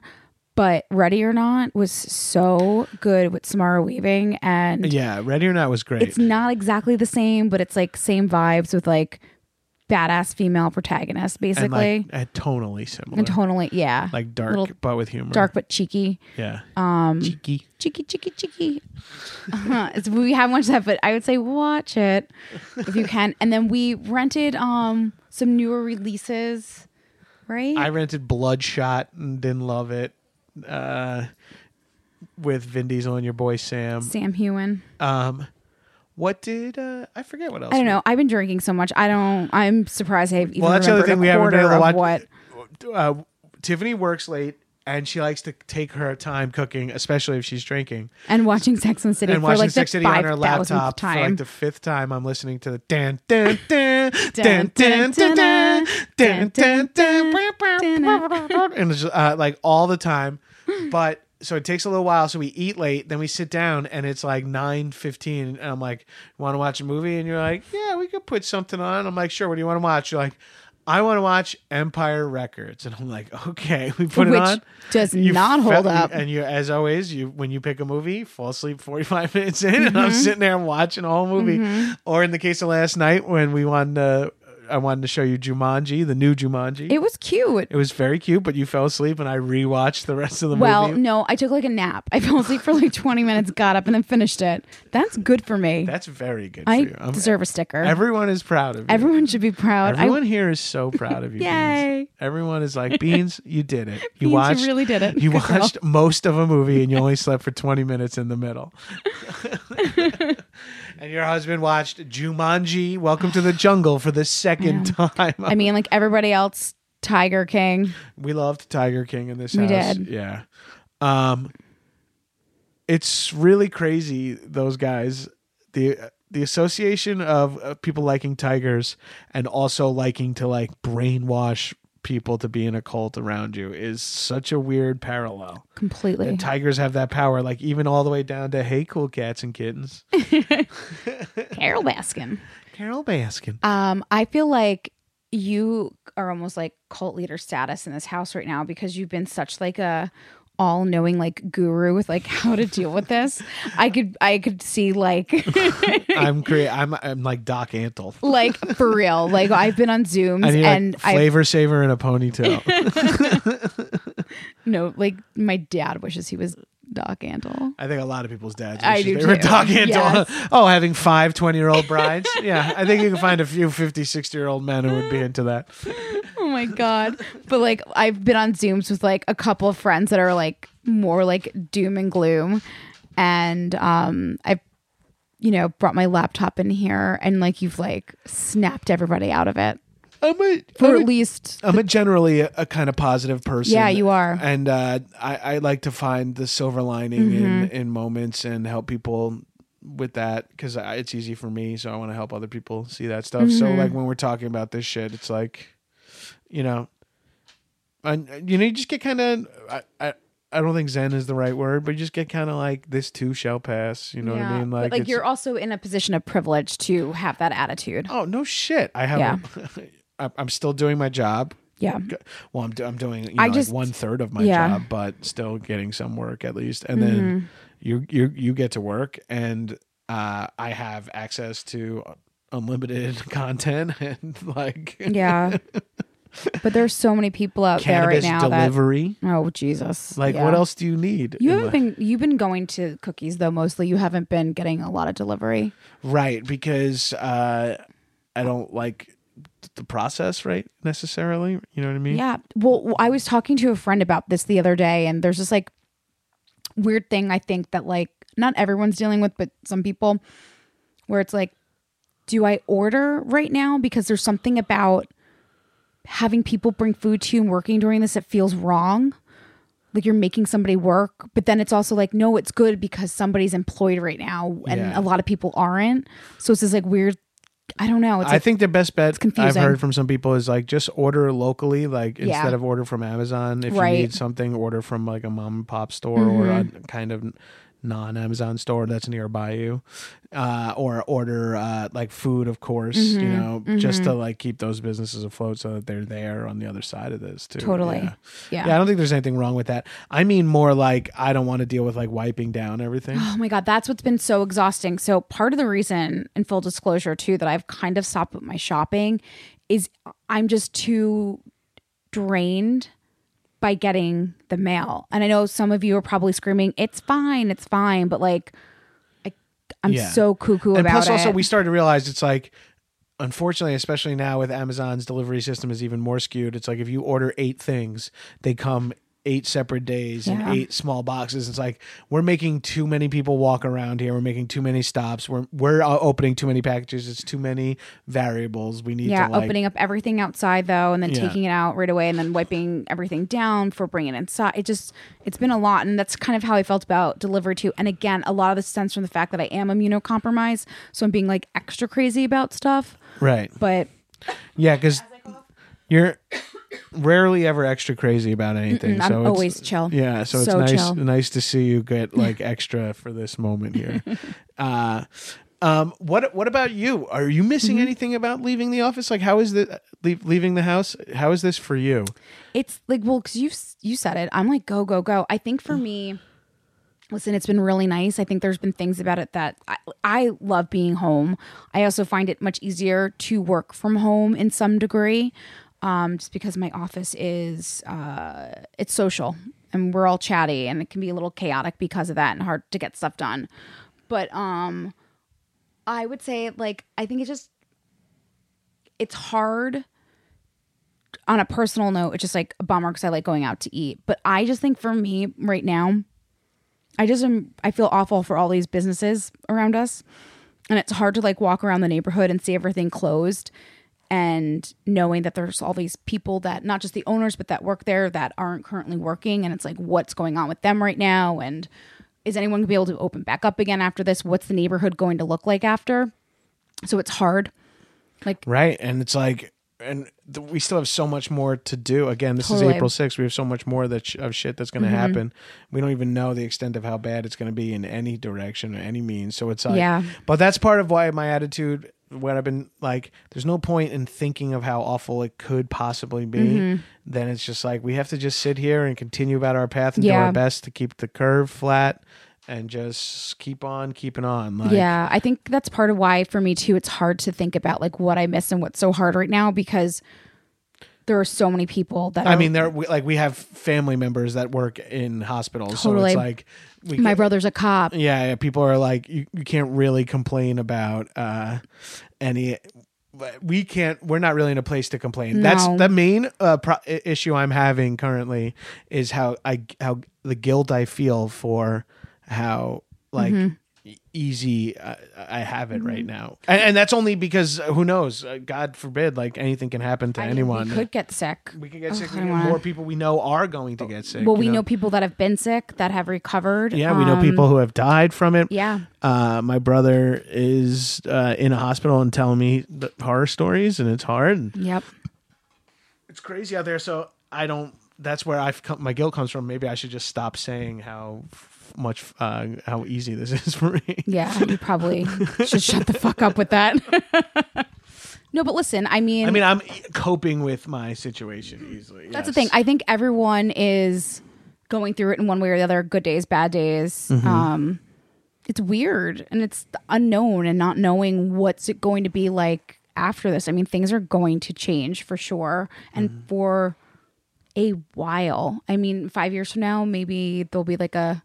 S3: but Ready or Not was so good with Samara Weaving and
S2: Yeah. Ready or Not was great.
S3: it's not exactly the same, but it's like same vibes with like badass female protagonist
S2: and
S3: basically.
S2: like uh, tonally similar.
S3: and tonally, yeah.
S2: like dark,
S3: little
S2: but with humor.
S3: dark but cheeky.
S2: Yeah.
S3: Um
S2: Cheeky.
S3: cheeky cheeky cheeky. Uh-huh. It's- we haven't watched that, but I would say watch it if you can. And then we rented um some newer releases, right?
S2: I rented Bloodshot and didn't love it. Uh, with Vin Diesel and your boy Sam.
S3: Sam Hewen.
S2: Um, what did uh, I forget? What else?
S3: I don't
S2: we-
S3: know. I've been drinking so much. I don't. I'm surprised I even
S2: Well, that's the other thing
S3: remembered a
S2: we haven't been
S3: quarter
S2: able to
S3: of
S2: watch.
S3: What
S2: uh, Tiffany works late and she likes to take her time cooking, especially if she's drinking.
S3: and watching Sex and the City
S2: and
S3: for
S2: watching
S3: like
S2: Sex
S3: the
S2: City on her
S3: 5,000th
S2: laptop
S3: time.
S2: for like the fifth time. I'm listening to the dan dan
S3: (laughs)
S2: dan dan
S3: Dun,
S2: dan
S3: dun,
S2: dan dan dan
S3: dun,
S2: dan
S3: dun,
S2: dan
S3: dun,
S2: dun, and it's just, uh, like all the time. But so it takes a little while. So we eat late, then we sit down, and it's like nine fifteen. And I'm like, "Want to watch a movie?" And you're like, "Yeah, we could put something on." I'm like, "Sure." What do you want to watch? You're like. I want to watch Empire Records, and I'm like, okay, (laughs) we put it
S3: Which
S2: on.
S3: does
S2: You
S3: not
S2: fe-
S3: hold up.
S2: and you, as always, you when you pick a movie, fall asleep 45 (laughs) minutes in, and
S3: Mm-hmm.
S2: I'm sitting there watching a whole movie. Or in the case of last night, when we wanted to, I wanted to show you Jumanji, the new Jumanji. It,
S3: It was cute.
S2: was very cute, but you fell asleep, and I rewatched the rest of the
S3: Well,
S2: movie.
S3: no, I took like a nap. I (laughs) fell asleep for like 20 minutes, got up, and then finished it. That's good for me.
S2: That's very good
S3: I
S2: for you. I'm-
S3: deserve a sticker.
S2: everyone is proud of you.
S3: Everyone should be proud.
S2: Everyone here is so proud
S3: (laughs)
S2: of you. Beans.
S3: Yay.
S2: Everyone is like, Beans, you did it. You
S3: Beans, you
S2: watched
S3: really did it.
S2: You
S3: Good girl.
S2: watched most of a movie and you only slept for 20 minutes in the
S3: (laughs)
S2: middle. (laughs) and your husband watched Jumanji, Welcome to the Jungle for the second
S3: I, I
S2: time.
S3: mean, like everybody else, Tiger King.
S2: We loved Tiger King in this
S3: We
S2: house.
S3: did.
S2: Yeah. Um it's really crazy those guys the the association of uh, people liking tigers and also liking to like brainwash people to be in a cult around you is such a weird parallel.
S3: Completely.
S2: And tigers have that power like even all the way down to hey cool cats and
S3: (laughs)
S2: kittens.
S3: Carol Baskin.
S2: Carol Baskin.
S3: Um, I feel like you are almost like cult leader status in this house right now because you've been such like a all knowing like guru with like how to deal with this. I could I could see like (laughs)
S2: I'm crea- I'm I'm like Doc Antle.
S3: like for real. Like I've been on Zooms
S2: I need
S3: and
S2: a
S3: I
S2: flavor saver and a
S3: (laughs)
S2: ponytail.
S3: no like my dad wishes he was Doc Antle.
S2: I think a lot of people's dads
S3: I
S2: wishes
S3: do
S2: they were
S3: too.
S2: Doc Antle.
S3: Yes.
S2: Oh, having five 20 year old brides. yeah, I think you can find a few 50, 60 year old men who would be into that.
S3: (laughs) Oh my god. But like I've been on Zooms with like a couple of friends that are like more like doom and gloom and um I you know brought my laptop in here and like you've like snapped everybody out of it
S2: I'm a,
S3: for
S2: I'm a-
S3: at least
S2: I'm a generally a, a kind of positive person.
S3: Yeah, you are.
S2: And uh, I, I like to find the silver lining in,
S3: Mm-hmm.
S2: in moments and help people with that because it's easy for me. So I want to help other people
S3: Mm-hmm.
S2: see that stuff. So, like, when we're talking about this shit, it's like, you know, and uh, you know, you just get kind of. I, I I don't think Zen is the right word, but you just get kind of like this too shall pass. You know what I mean?
S3: Like,
S2: it's-
S3: like you're also in a position of privilege to have that attitude.
S2: Oh no shit! I have. I (laughs) I'm still doing my job.
S3: Yeah.
S2: Well, I'm, do- I'm doing you know,
S3: I just-
S2: like one third of my
S3: Yeah. Mm-hmm.
S2: job, but still getting some work at least. And then you you you get to work, and uh, I have access to unlimited (laughs) content and like
S3: Yeah. but there's so many people out there
S2: cannabis
S3: right now
S2: delivery.
S3: that oh Jesus.
S2: Like,
S3: Yeah.
S2: what else do you need?
S3: You
S2: in
S3: haven't
S2: li-
S3: been you've been going to cookies though mostly. You haven't been getting a lot of delivery.
S2: right because uh, I don't like the process, right? Necessarily, you know what I mean?
S3: Yeah. Well, I was talking to a friend about this the other day, and there's this like weird thing I think that like not everyone's dealing with, but some people where it's like, do I order right now? Because there's something about having people bring food to you and working during this that feels wrong. Like you're making somebody work, but then it's also like, no, it's good because somebody's employed right now and
S2: Yeah.
S3: a lot of people aren't. So it's this like weird, I don't know. It's
S2: I
S3: like,
S2: think the best bet I've
S3: confusing.
S2: heard from some people is like just order locally, like
S3: Yeah.
S2: instead of order from Amazon. If
S3: Right. Mm-hmm.
S2: you need something, order from like a mom and pop store or a kind of non Amazon store that's nearby you, uh, or order uh, like food, of course, you
S3: Mm-hmm.
S2: know, just to like keep those businesses afloat so that they're there on the other side of this too.
S3: Totally.
S2: Yeah.
S3: Yeah.
S2: Yeah, I don't think there's anything wrong with that. I mean, more like I don't want to deal with like wiping down
S3: (gasps)
S2: everything. (laughs)
S3: Oh my God, that's what's been so exhausting. So, part of the reason, in full disclosure, too, that I've kind of stopped with my shopping is I'm just too drained by getting the mail. And I know some of you are probably screaming, it's fine, it's fine. But like, I, I'm
S2: Yeah.
S3: so cuckoo
S2: and
S3: about
S2: plus
S3: it.
S2: also we started to realize it's like unfortunately especially now with amazon's delivery system is even more skewed it's like if you order eight things they come eight separate days
S3: Yeah.
S2: in eight small boxes it's like we're making too many people walk around here we're making too many stops we're we're uh, opening too many packages it's too many variables we need
S3: yeah,
S2: to like
S3: opening up everything outside though, and then
S2: Yeah.
S3: taking it out right away, and then wiping everything down for bringing it inside. It just, it's been a lot, and that's kind of how I felt about delivery too. And again, a lot of this stems from the fact that I am immunocompromised, so I'm being like extra crazy about stuff.
S2: right
S3: But
S2: yeah because you're rarely ever extra crazy about anything
S3: Mm-mm,
S2: so
S3: I'm
S2: it's-
S3: always chill.
S2: Yeah, so it's
S3: So
S2: nice
S3: chill.
S2: nice to see you
S3: (laughs)
S2: get like extra for this moment here. uh um what what about you? Are you
S3: Mm-hmm.
S2: missing anything about leaving the office? Like how is the leave, leaving the house? How is this for you?
S3: It's like well, because you you said it. I'm like go go go. I think for me, listen, it's been really nice. I think there's been things about it that I, I love being home. I also find it much easier to work from home in some degree, um, just because my office is uh, it's social and we're all chatty and it can be a little chaotic because of that and hard to get stuff done. But um, I would say like I think it just it's hard on a personal note, it's just like a bummer because I like going out to eat. But I just think for me right now, I just am, I feel awful for all these businesses around us. And it's hard to like walk around the neighborhood and see everything closed and knowing that there's all these people that not just the owners, but that work there that aren't currently working. And it's like, what's going on with them right now? And is anyone going to be able to open back up again after this? What's the neighborhood going to look like after? So it's hard. Like,
S2: Right? And it's like and th- we still have so much more to do. Again, this
S3: Totally. Mm-hmm.
S2: is April 6th. We have so much more that sh- of shit that's going to happen. We don't even know the extent of how bad it's going to be in any direction or any means. So it's like
S3: Yeah.
S2: But that's part of why my attitude, when I've been like, there's no point in thinking of how awful it could possibly be.
S3: Mm-hmm.
S2: Then it's just like, we have to just sit here and continue about our path and do
S3: Yeah.
S2: our best to keep the curve flat and just keep on keeping on. Like,
S3: yeah, I think that's part of why for me too it's hard to think about like what I miss and what's so hard right now because there are so many people that
S2: I
S3: are-
S2: mean, there we, like we have family members that work in hospitals, so
S3: Totally.
S2: it's like we
S3: my
S2: ca-
S3: brother's a cop.
S2: yeah, yeah, people are like you, you can't really complain about uh any but we can't we're not really in a place to complain. That's
S3: No.
S2: the main uh, pro- i- issue I'm having currently is how I how the guilt I feel for how like
S3: Mm-hmm.
S2: e- easy I, I have it right now. And, and that's only because uh, who knows, uh, god forbid like anything can happen to
S3: I mean,
S2: anyone.
S3: we could get sick.
S2: We can get
S3: Ugh,
S2: sick.
S3: I
S2: We
S3: don't
S2: get-
S3: wanna- Oh,
S2: more people we know are going to get sick.
S3: Well,
S2: you
S3: we know people that have been sick that have recovered.
S2: Yeah, we know
S3: Um,
S2: people who have died from it.
S3: Yeah.
S2: Uh, my brother is uh, in a hospital and telling me the horror stories, and it's hard.
S3: Yep.
S2: It's crazy out there. So I don't that's where I've come, my guilt comes from. Maybe I should just stop saying how f- much uh, how easy this (laughs) is for me.
S3: Yeah,
S2: (laughs)
S3: you probably should shut the fuck up with that. (laughs) no, but listen, I mean,
S2: I mean, I'm coping with my situation easily.
S3: that's the
S2: yes.
S3: thing. I think everyone is going through it in one way or the other good days, bad days.
S2: Mm-hmm.
S3: Um, it's weird and it's the unknown and not knowing what's it going to be like after this. I mean, things are going to change for sure and
S2: Mm-hmm.
S3: for a while. I mean, five years from now, maybe there'll be like a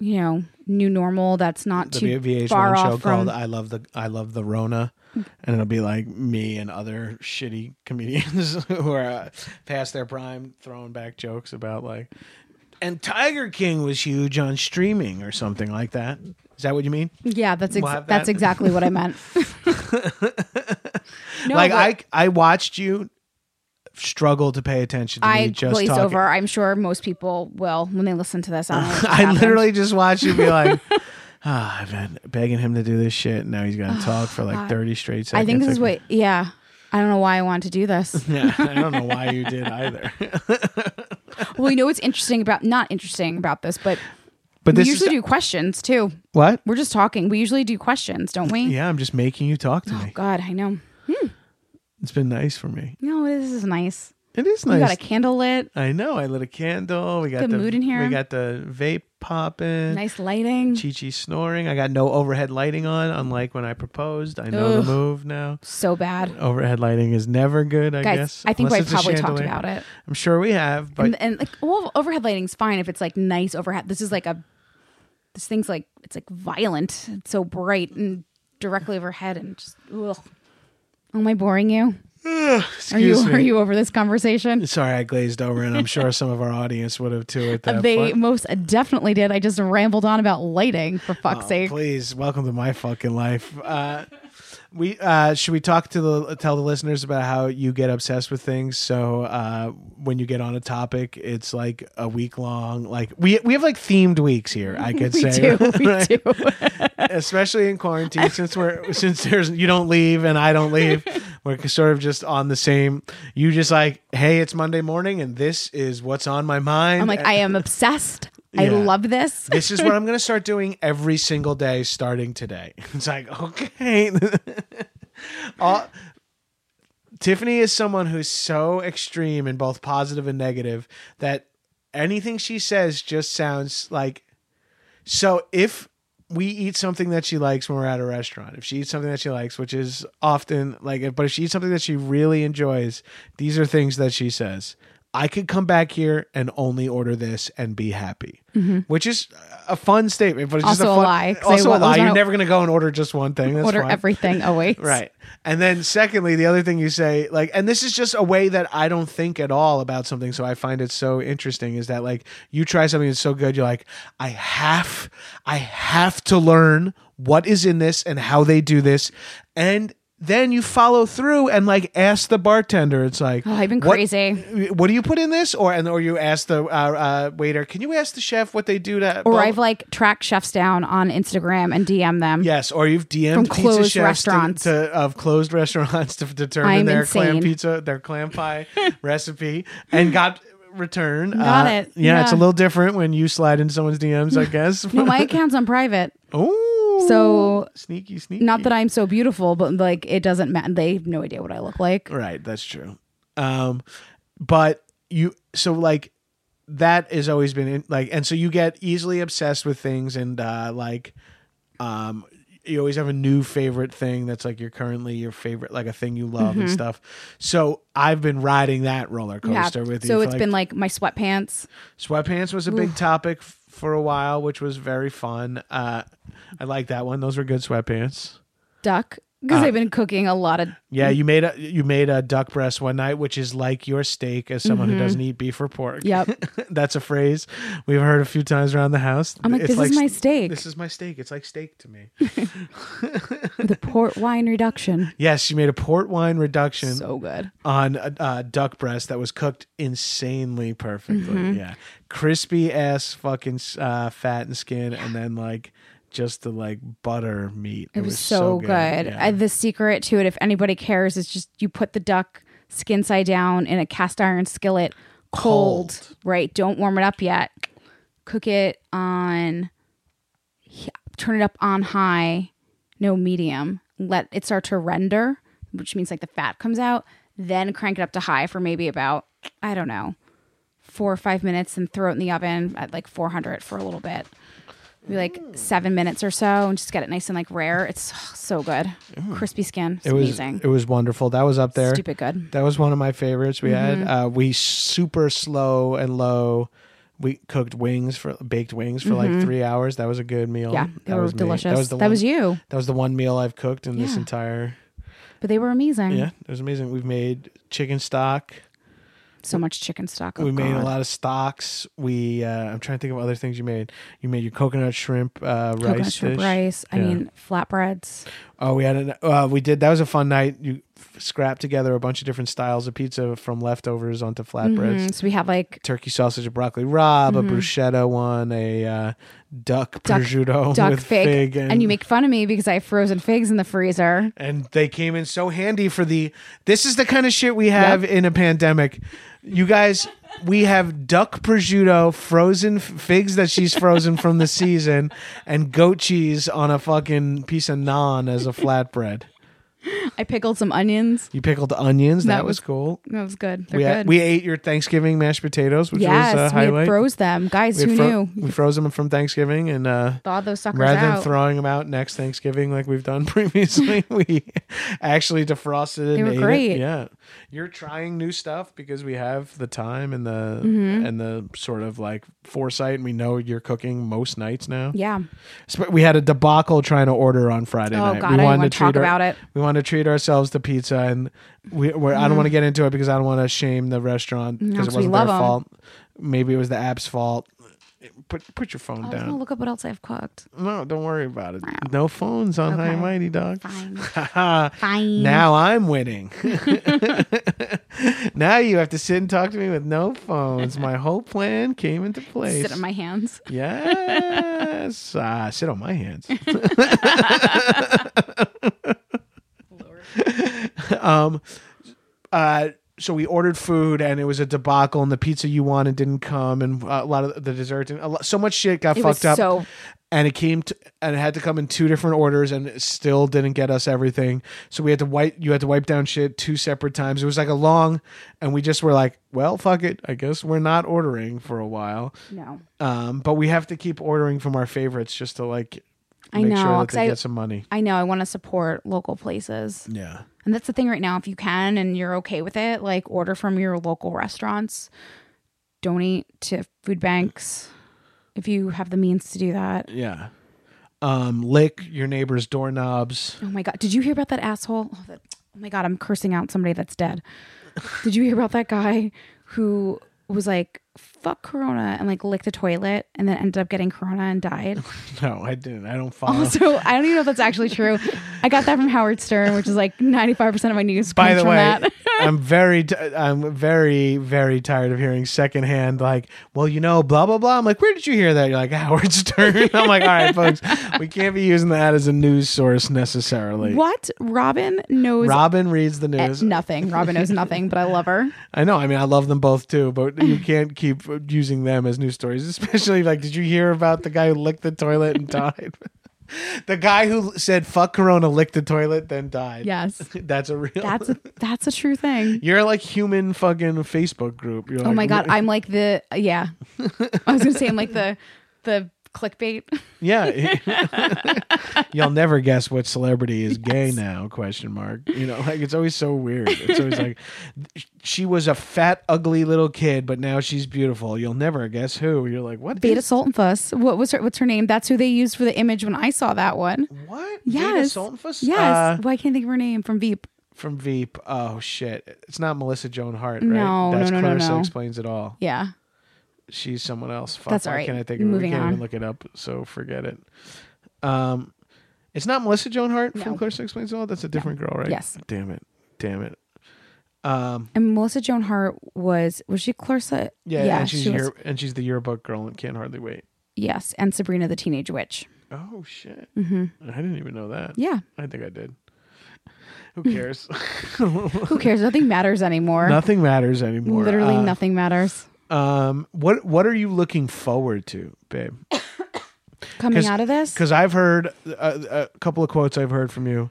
S3: you know new normal that's not
S2: the
S3: too
S2: VH1
S3: far
S2: show
S3: off from
S2: called uh, "I Love the I Love the Rona," and it'll be like me and other shitty comedians (laughs) who are uh, past their prime, throwing back jokes about like, and Tiger King was huge on streaming or something like that. Is that what you mean?
S3: Yeah, that's ex-
S2: We'll have
S3: that's
S2: that.
S3: exactly what
S2: (laughs)
S3: I meant. (laughs) no,
S2: like
S3: but
S2: I I watched you struggle to pay attention to
S3: I
S2: me just
S3: glaze
S2: talking. (laughs)
S3: over. I'm sure most people will when they listen to this. I, don't know what
S2: I
S3: happened.
S2: literally just watched you
S3: (laughs)
S2: be like. Ah, I've been begging him to do this shit. and Now he's gonna talk for
S3: (sighs)
S2: like thirty straight seconds.
S3: I think this is
S2: Like,
S3: what. Yeah, I don't know why I wanted to
S2: (laughs)
S3: do this.
S2: Yeah, I don't know why you did either.
S3: well, you know what's interesting about not interesting about this, but
S2: But
S3: we
S2: this
S3: usually
S2: is
S3: do questions too.
S2: what?
S3: We're just talking. We usually do questions, don't we?
S2: Yeah, I'm just making you talk to me.
S3: Oh, God, I know.
S2: It's been nice for me.
S3: No, this is nice.
S2: It is
S3: We got a
S2: nice.
S3: candle lit,
S2: I know. I lit a candle. We got
S3: Good
S2: the
S3: mood in here.
S2: We got the vape popping.
S3: nice lighting.
S2: Chi Chi snoring. I got no overhead lighting on, unlike when I proposed. I know
S3: Ugh.
S2: the move now.
S3: So bad,
S2: Overhead lighting is never good, I
S3: guys.
S2: guess.
S3: I think
S2: unless
S3: I
S2: it's a
S3: probably talked
S2: chandelier.
S3: about it.
S2: I'm sure we have, but
S3: and, and like well, overhead lighting's fine if it's like nice overhead. This is like a this thing's like it's like violent. It's so bright and directly overhead and just ugh. Am I boring you? Are
S2: excuse
S3: you
S2: me.
S3: (laughs) are you over this conversation?
S2: Sorry, I glazed over, and I'm sure some of our audience would have too at
S3: (laughs)
S2: that
S3: they
S2: point.
S3: most definitely did. I just rambled on about lighting for fuck's
S2: Oh,
S3: sake. (laughs)
S2: Please, welcome to my fucking life. Uh, we uh, should we talk to the tell the listeners about how you get obsessed with things. So uh, when you get on a topic, it's like a week long. Like we we have like themed weeks here. I could
S3: (laughs) We
S2: say,
S3: do,
S2: (laughs)
S3: we
S2: right?
S3: do.
S2: especially in quarantine, since we're since there's you don't leave and I don't
S3: (laughs)
S2: leave. We're sort of just on the same. You just like, hey, it's Monday morning, and this is what's on my mind.
S3: I'm like, I am obsessed. I
S2: uh, Yeah.
S3: love this.
S2: this is what I'm going to start doing every single day starting today. (laughs) It's like, okay. All- Uh, Tiffany is someone who's so extreme in both positive and negative that anything she says just sounds like. So if we eat something that she likes when we're at a restaurant, if she eats something that she likes, which is often like, but if she eats something that she really enjoys, these are things that she says. I could come back here and only order this and be happy, which is a fun statement, but it's just
S3: Mm-hmm. Also
S2: a,
S3: a
S2: fun,
S3: lie, 'cause I
S2: Also a
S3: was
S2: lie.
S3: gonna-
S2: You're never going to go and order just one thing. That's
S3: (laughs) Order
S2: fine. (laughs)
S3: everything always.
S2: Right. And then secondly, the other thing you say, like, and this is just a way that I don't think at all about something, so I find it so interesting, is that like you try something that's so good, you're like, I have I have to learn what is in this and how they do this. And then you follow through and like ask the bartender. It's like,
S3: Oh, I've been
S2: what-
S3: crazy.
S2: What do you put in this? Or and or you ask the uh, uh, waiter, can you ask the chef what they do to?
S3: Or
S2: blah-
S3: I've like tracked chefs down on Instagram and DM them.
S2: Yes, or you've DM'd
S3: From
S2: pizza
S3: closed
S2: chefs
S3: restaurants.
S2: To, to, of closed (laughs) restaurants to determine
S3: I'm
S2: their clam
S3: insane.
S2: pizza, their clam
S3: (laughs)
S2: pie recipe, and got return.
S3: Got it.
S2: Yeah, it's a
S3: Yeah.
S2: little different when you slide into someone's DMs,
S3: (laughs)
S2: I guess. (laughs)
S3: No, my account's on private.
S2: Ooh,
S3: So-
S2: sneaky, sneaky.
S3: Not that I'm so beautiful, but like it doesn't matter. They have no idea what I look like.
S2: Right, that's true. Um, but you so like that has always been in, like, and so you get easily obsessed with things, and uh, like, um, you always have a new favorite thing that's like your currently your favorite, like a thing you love
S3: Mm-hmm.
S2: and stuff. So I've been riding that roller coaster with you.
S3: So
S2: for,
S3: it's
S2: like,
S3: been like my sweatpants.
S2: sweatpants was a big topic f- for a while, which was very fun. Uh, I like that one; those were good sweatpants.
S3: duck because
S2: Ah.
S3: I've been cooking a lot of.
S2: Yeah, you made a you made a duck breast one night, which is like your steak as someone who
S3: Mm-hmm.
S2: doesn't eat beef or pork.
S3: Yep.
S2: (laughs) That's a phrase we've heard a few times around the house.
S3: I'm like,
S2: It's
S3: this is my
S2: s- (laughs)
S3: steak
S2: This is my steak. It's like steak to me. (laughs)
S3: with a port wine reduction.
S2: yes, you made a port wine reduction
S3: So good.
S2: on a, a duck breast that was cooked insanely perfectly.
S3: Mm-hmm.
S2: Yeah, crispy ass fucking uh, fat and skin, and then like just the like butter meat.
S3: It, was, so, good.
S2: Yeah.
S3: I, the secret to it, if anybody cares, is just you put the duck skin side down in a cast iron skillet, cold.
S4: Cold.
S3: Right. Don't warm it up yet. Cook it on, he- turn it up on high, no medium. Let it start to render, which means like the fat comes out. Then crank it up to high for maybe about, I don't know, four or five minutes and throw it in the oven at like 400 for a little bit. Maybe like seven minutes or so and just get it nice and like rare. It's so good. Crispy skin. It's
S2: It was
S3: amazing.
S2: it was wonderful. That was up there.
S3: Stupid good.
S2: That was one of my favorites. We
S3: Mm-hmm.
S2: had uh, we super slow and low. We cooked wings for baked wings for like three hours. That was a good meal.
S3: Mm-hmm. Yeah, they
S2: that
S3: were
S2: was me.
S3: delicious.
S2: That was the
S3: That
S2: one,
S3: was you.
S2: That was the one meal I've cooked in this
S3: Yeah. Mm-hmm.
S2: entire.
S3: But they were amazing.
S2: Yeah, it was amazing. We've made chicken stock.
S3: So much chicken stock. Oh,
S2: we made a
S3: God.
S2: lot of stocks. We uh, I'm trying to think of other things you made. You made your coconut shrimp uh,
S3: Coconut
S2: rice
S3: shrimp
S2: dish.
S3: rice. I
S2: Yeah.
S3: mean, flatbreads.
S2: Oh, we had an uh, we did that was a fun night. You scrapped together a bunch of different styles of pizza from leftovers onto flatbreads.
S3: Mhm. So we have like
S2: turkey sausage and broccoli rob, a bruschetta one, a uh, duck,
S3: Mm-hmm. Duck-
S2: (laughs) prosciutto
S3: duck
S2: with
S3: fig,
S2: fig,
S3: and, you make fun of me because I have frozen figs in the freezer.
S2: and they came in so handy for the. This is the kind of shit we have in a pandemic, you guys. We have duck prosciutto, frozen f- figs that she's frozen from
S3: (laughs)
S2: the season, and goat cheese on a fucking piece of naan as a flatbread.
S3: (laughs) I pickled some onions.
S2: You pickled onions. That,
S3: That
S2: was,
S3: was
S2: cool.
S3: That was good. They're
S2: We,
S3: good.
S2: had- we ate your Thanksgiving mashed potatoes, which was
S3: yes,
S2: a
S3: we had
S2: highlight.
S3: froze them, guys.
S2: we,
S3: who
S2: had fro-
S3: knew?
S2: we froze them from Thanksgiving and uh,
S3: Thaw those suckers
S2: Rather than
S3: out.
S2: throwing them out next Thanksgiving like we've done (laughs) previously, we actually defrosted it.
S3: They
S2: and
S3: were
S2: ate it.
S3: great.
S2: Yeah, you're trying new stuff because we have the time and the
S3: Mm-hmm.
S2: and the sort of like foresight, and we know you're cooking most nights now.
S3: yeah.
S2: Sp- We had a debacle trying to order on Friday
S3: Oh
S2: night.
S3: God,
S2: we
S3: I don't
S2: wanted
S3: want to talk
S2: treat our-
S3: about it.
S2: we want to treat ourselves to pizza, and we. We're, I don't want to get into it because I don't want to shame the restaurant
S3: Mm-hmm. No,
S2: because
S3: 'cause
S2: it
S3: we
S2: wasn't
S3: love
S2: their
S3: 'em.
S2: fault. Maybe it was the app's fault. Put put your phone
S3: I was
S2: down.
S3: gonna look up what else I've cooked.
S2: No, don't worry about it. No phones on High
S3: Okay.
S2: and Mighty Dog.
S3: Fine.
S2: (laughs)
S3: Fine.
S2: now I'm winning. (laughs) now you have to sit and talk to me with no phones. My whole plan came into place.
S3: (laughs) Sit on my hands.
S2: (laughs) yes. Ah, sit on my hands. (laughs) um, uh, so we ordered food and it was a debacle and the pizza you wanted didn't come and uh, a lot of the dessert and a lot, so much shit got
S3: It was
S2: fucked up
S3: so-
S2: and it came to, and it had to come in two different orders and it still didn't get us everything so we had to wipe you had to wipe down shit two separate times it was like a long and we just were like well fuck it i guess we're not ordering for a while
S3: No.
S2: um, but we have to keep ordering from our favorites just to like
S3: I
S2: make
S3: know,
S2: sure that
S3: 'cause
S2: they
S3: I-
S2: get some money.
S3: I know. I want to support local places.
S2: Yeah.
S3: And that's the thing right now. If you can and you're okay with it, like order from your local restaurants, donate to food banks if you have the means to do that.
S2: Yeah. Um, lick your neighbor's doorknobs. (laughs)
S3: Oh my God. Did you hear about that asshole? Oh, that, oh my God. I'm cursing out somebody
S2: (laughs)
S3: that's dead. Did you hear about that guy who was like, fuck Corona and like licked the toilet and then ended up getting Corona and died?
S2: (laughs)
S3: (laughs)
S2: No, I didn't. I don't follow.
S3: Also, I don't even know if that's actually true. I got that from Howard Stern, which is like 95% of my news.
S2: By
S3: comes
S2: the
S3: from
S2: way,
S3: that. (laughs)
S2: I'm very, t- I'm very, very tired of hearing secondhand. Like, well, you know, blah blah blah. I'm like, where did you hear that? You're like (laughs) Howard Stern. I'm like, all right, folks, we can't be using that as a news source necessarily.
S3: what? Robin knows
S2: Robin reads the
S3: Eh,
S2: news.
S3: nothing. Robin knows nothing, but I love (laughs) her.
S2: I know. I mean, I love them both too,
S3: (laughs)
S2: but you can't keep using them as news stories, especially like, did you hear about the guy who licked the toilet
S3: (laughs)
S2: and died? the guy who said, fuck Corona, licked the toilet, then died.
S3: (laughs) Yes.
S2: That's a real.
S3: That's a that's a true thing.
S2: You're like human fucking Facebook group. You're
S3: Oh my god, I'm like the yeah. I was gonna say I'm like (laughs) the the clickbait.
S2: Yeah. (laughs)
S3: (laughs)
S2: You'll never guess what celebrity is gay now, question mark. You know, like it's always so weird. It's always like she was a fat, ugly little kid, but now she's beautiful. You'll never guess who. You're like, what?
S3: (laughs) Beta
S2: is-
S3: Saltonfuss. What was her what's her name? That's who they used for the image when I saw that one.
S2: What?
S3: Yes.
S2: Vita Saltfuss? Uh,
S3: Yes. Why can't I think of her name from Veep?
S2: from Veep. Oh shit! It's not Melissa Joan Hart, right?
S3: No,
S2: That's
S3: no, no, no,
S2: Clarissa
S3: no.
S2: explains it all.
S3: Yeah.
S2: She's someone else. Fuck,
S3: That's
S2: why
S3: all right.
S2: Can I think of it?
S3: Moving
S2: we can't
S3: on.
S2: even look it up, so forget it. Um, it's not Melissa Joan Hart
S3: No.
S2: from Clarissa explains it all. That's a different girl, right?
S3: Yes.
S2: Damn it! Damn it! Um,
S3: And Melissa Joan Hart was was she Clarissa?
S2: yeah, and she's
S3: she was.
S2: year, and she's the yearbook girl and can't hardly wait.
S3: Yes, and Sabrina the Teenage Witch. (laughs)
S2: Oh shit! Mm-hmm. I didn't even know that.
S3: Yeah.
S2: I think I did. Who
S3: (laughs)
S2: cares? (laughs)
S3: Who cares? Nothing matters anymore.
S2: nothing matters anymore.
S3: Literally
S2: Uh,
S3: nothing matters.
S2: Um, what What are you looking forward to, babe?
S3: Coming out of this,
S2: Because I've heard uh, a, a couple of quotes I've heard from you.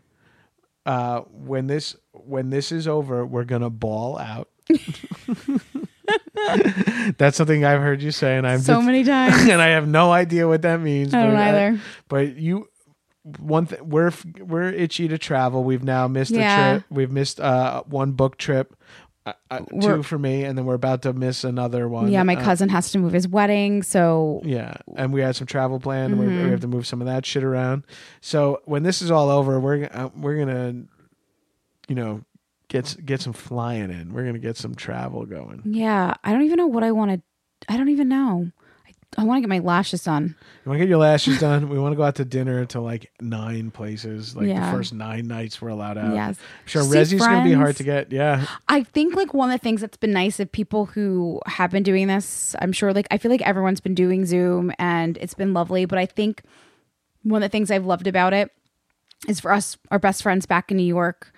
S2: Uh, when this when this is over, we're gonna ball out. (laughs) That's something I've heard you say, and I'm
S3: so
S2: just-
S3: (laughs) many times.
S2: (laughs) and I have no idea what that means.
S3: I don't
S2: but
S3: either.
S2: but you, one thing we're f- we're itchy to travel. We've now missed
S3: Yeah.
S2: a trip. We've missed uh one book trip, uh, uh,
S3: We're-
S2: two for me, and then we're about to miss another one.
S3: yeah, my
S2: Uh,
S3: cousin has to move his wedding, so
S2: yeah, and we had some travel planned. and
S3: Mm-hmm.
S2: We, we have to move some of that shit around. So when this is all over, we're g- uh, we're gonna, you know, get s- get some flying in. We're gonna get some travel
S3: Mm.
S2: going.
S3: yeah, I don't even know what I want to. I don't even know. I, I want to get my lashes done.
S2: You want to get your lashes done? We want to go out to dinner to like nine places. Like
S3: Yeah.
S2: the first nine nights we're allowed out.
S3: Yes.
S2: I'm sure,
S3: See
S2: Resi's gonna be hard
S3: friends.
S2: to get. Yeah,
S3: I think like one of the things that's been nice of people who have been doing this, I'm sure like I feel like everyone's been doing Zoom and it's been lovely, but I think one of the things I've loved about it is for us, our best friends back in New York,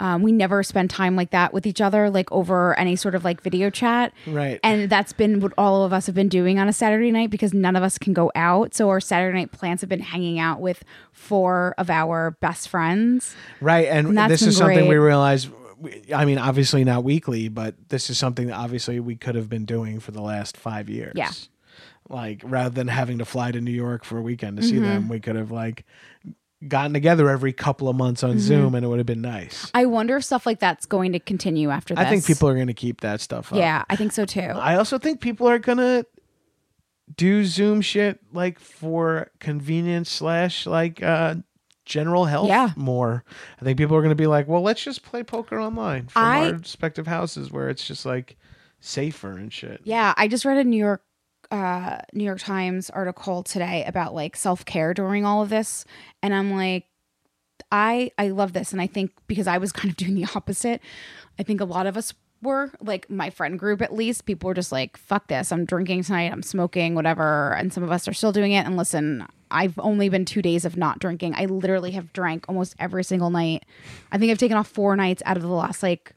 S3: um, we never spend time like that with each other, like over any sort of like video chat.
S2: Right.
S3: And that's been what all of us have been doing on a Saturday night because none of us can go out. So our Saturday night plans have been hanging out with four of our best friends.
S2: right. And,
S3: And that's
S2: this is
S3: been
S2: something we
S3: great.
S2: realize. we- I mean, obviously not weekly, but this is something that obviously we could have been doing for the last five years.
S3: Yeah.
S2: Like rather than having to fly to New York for a weekend to see
S3: Mm-hmm.
S2: them, we could have like gotten together every couple of months on
S3: Mm-hmm.
S2: Zoom, and it would have been nice.
S3: I wonder if stuff like that's going to continue after this.
S2: I think people are going to keep that stuff up.
S3: Yeah, I think so too.
S2: I also think people are gonna do Zoom shit like for convenience slash like uh general health
S3: Yeah.
S2: more. I think people are gonna be like, well, let's just play poker online from
S3: I-
S2: our respective houses where it's just like safer and shit.
S3: yeah, I just read a New York uh New York Times article today about like self-care during all of this and I'm like I I love this and I think because I was (laughs) kind of doing the opposite, I think a lot of us were like my friend group at least people were just like fuck this i'm drinking tonight i'm smoking whatever and some of us are still doing it and listen i've only been two days of not drinking i literally have drank almost every single night i think i've taken off four nights out of the last like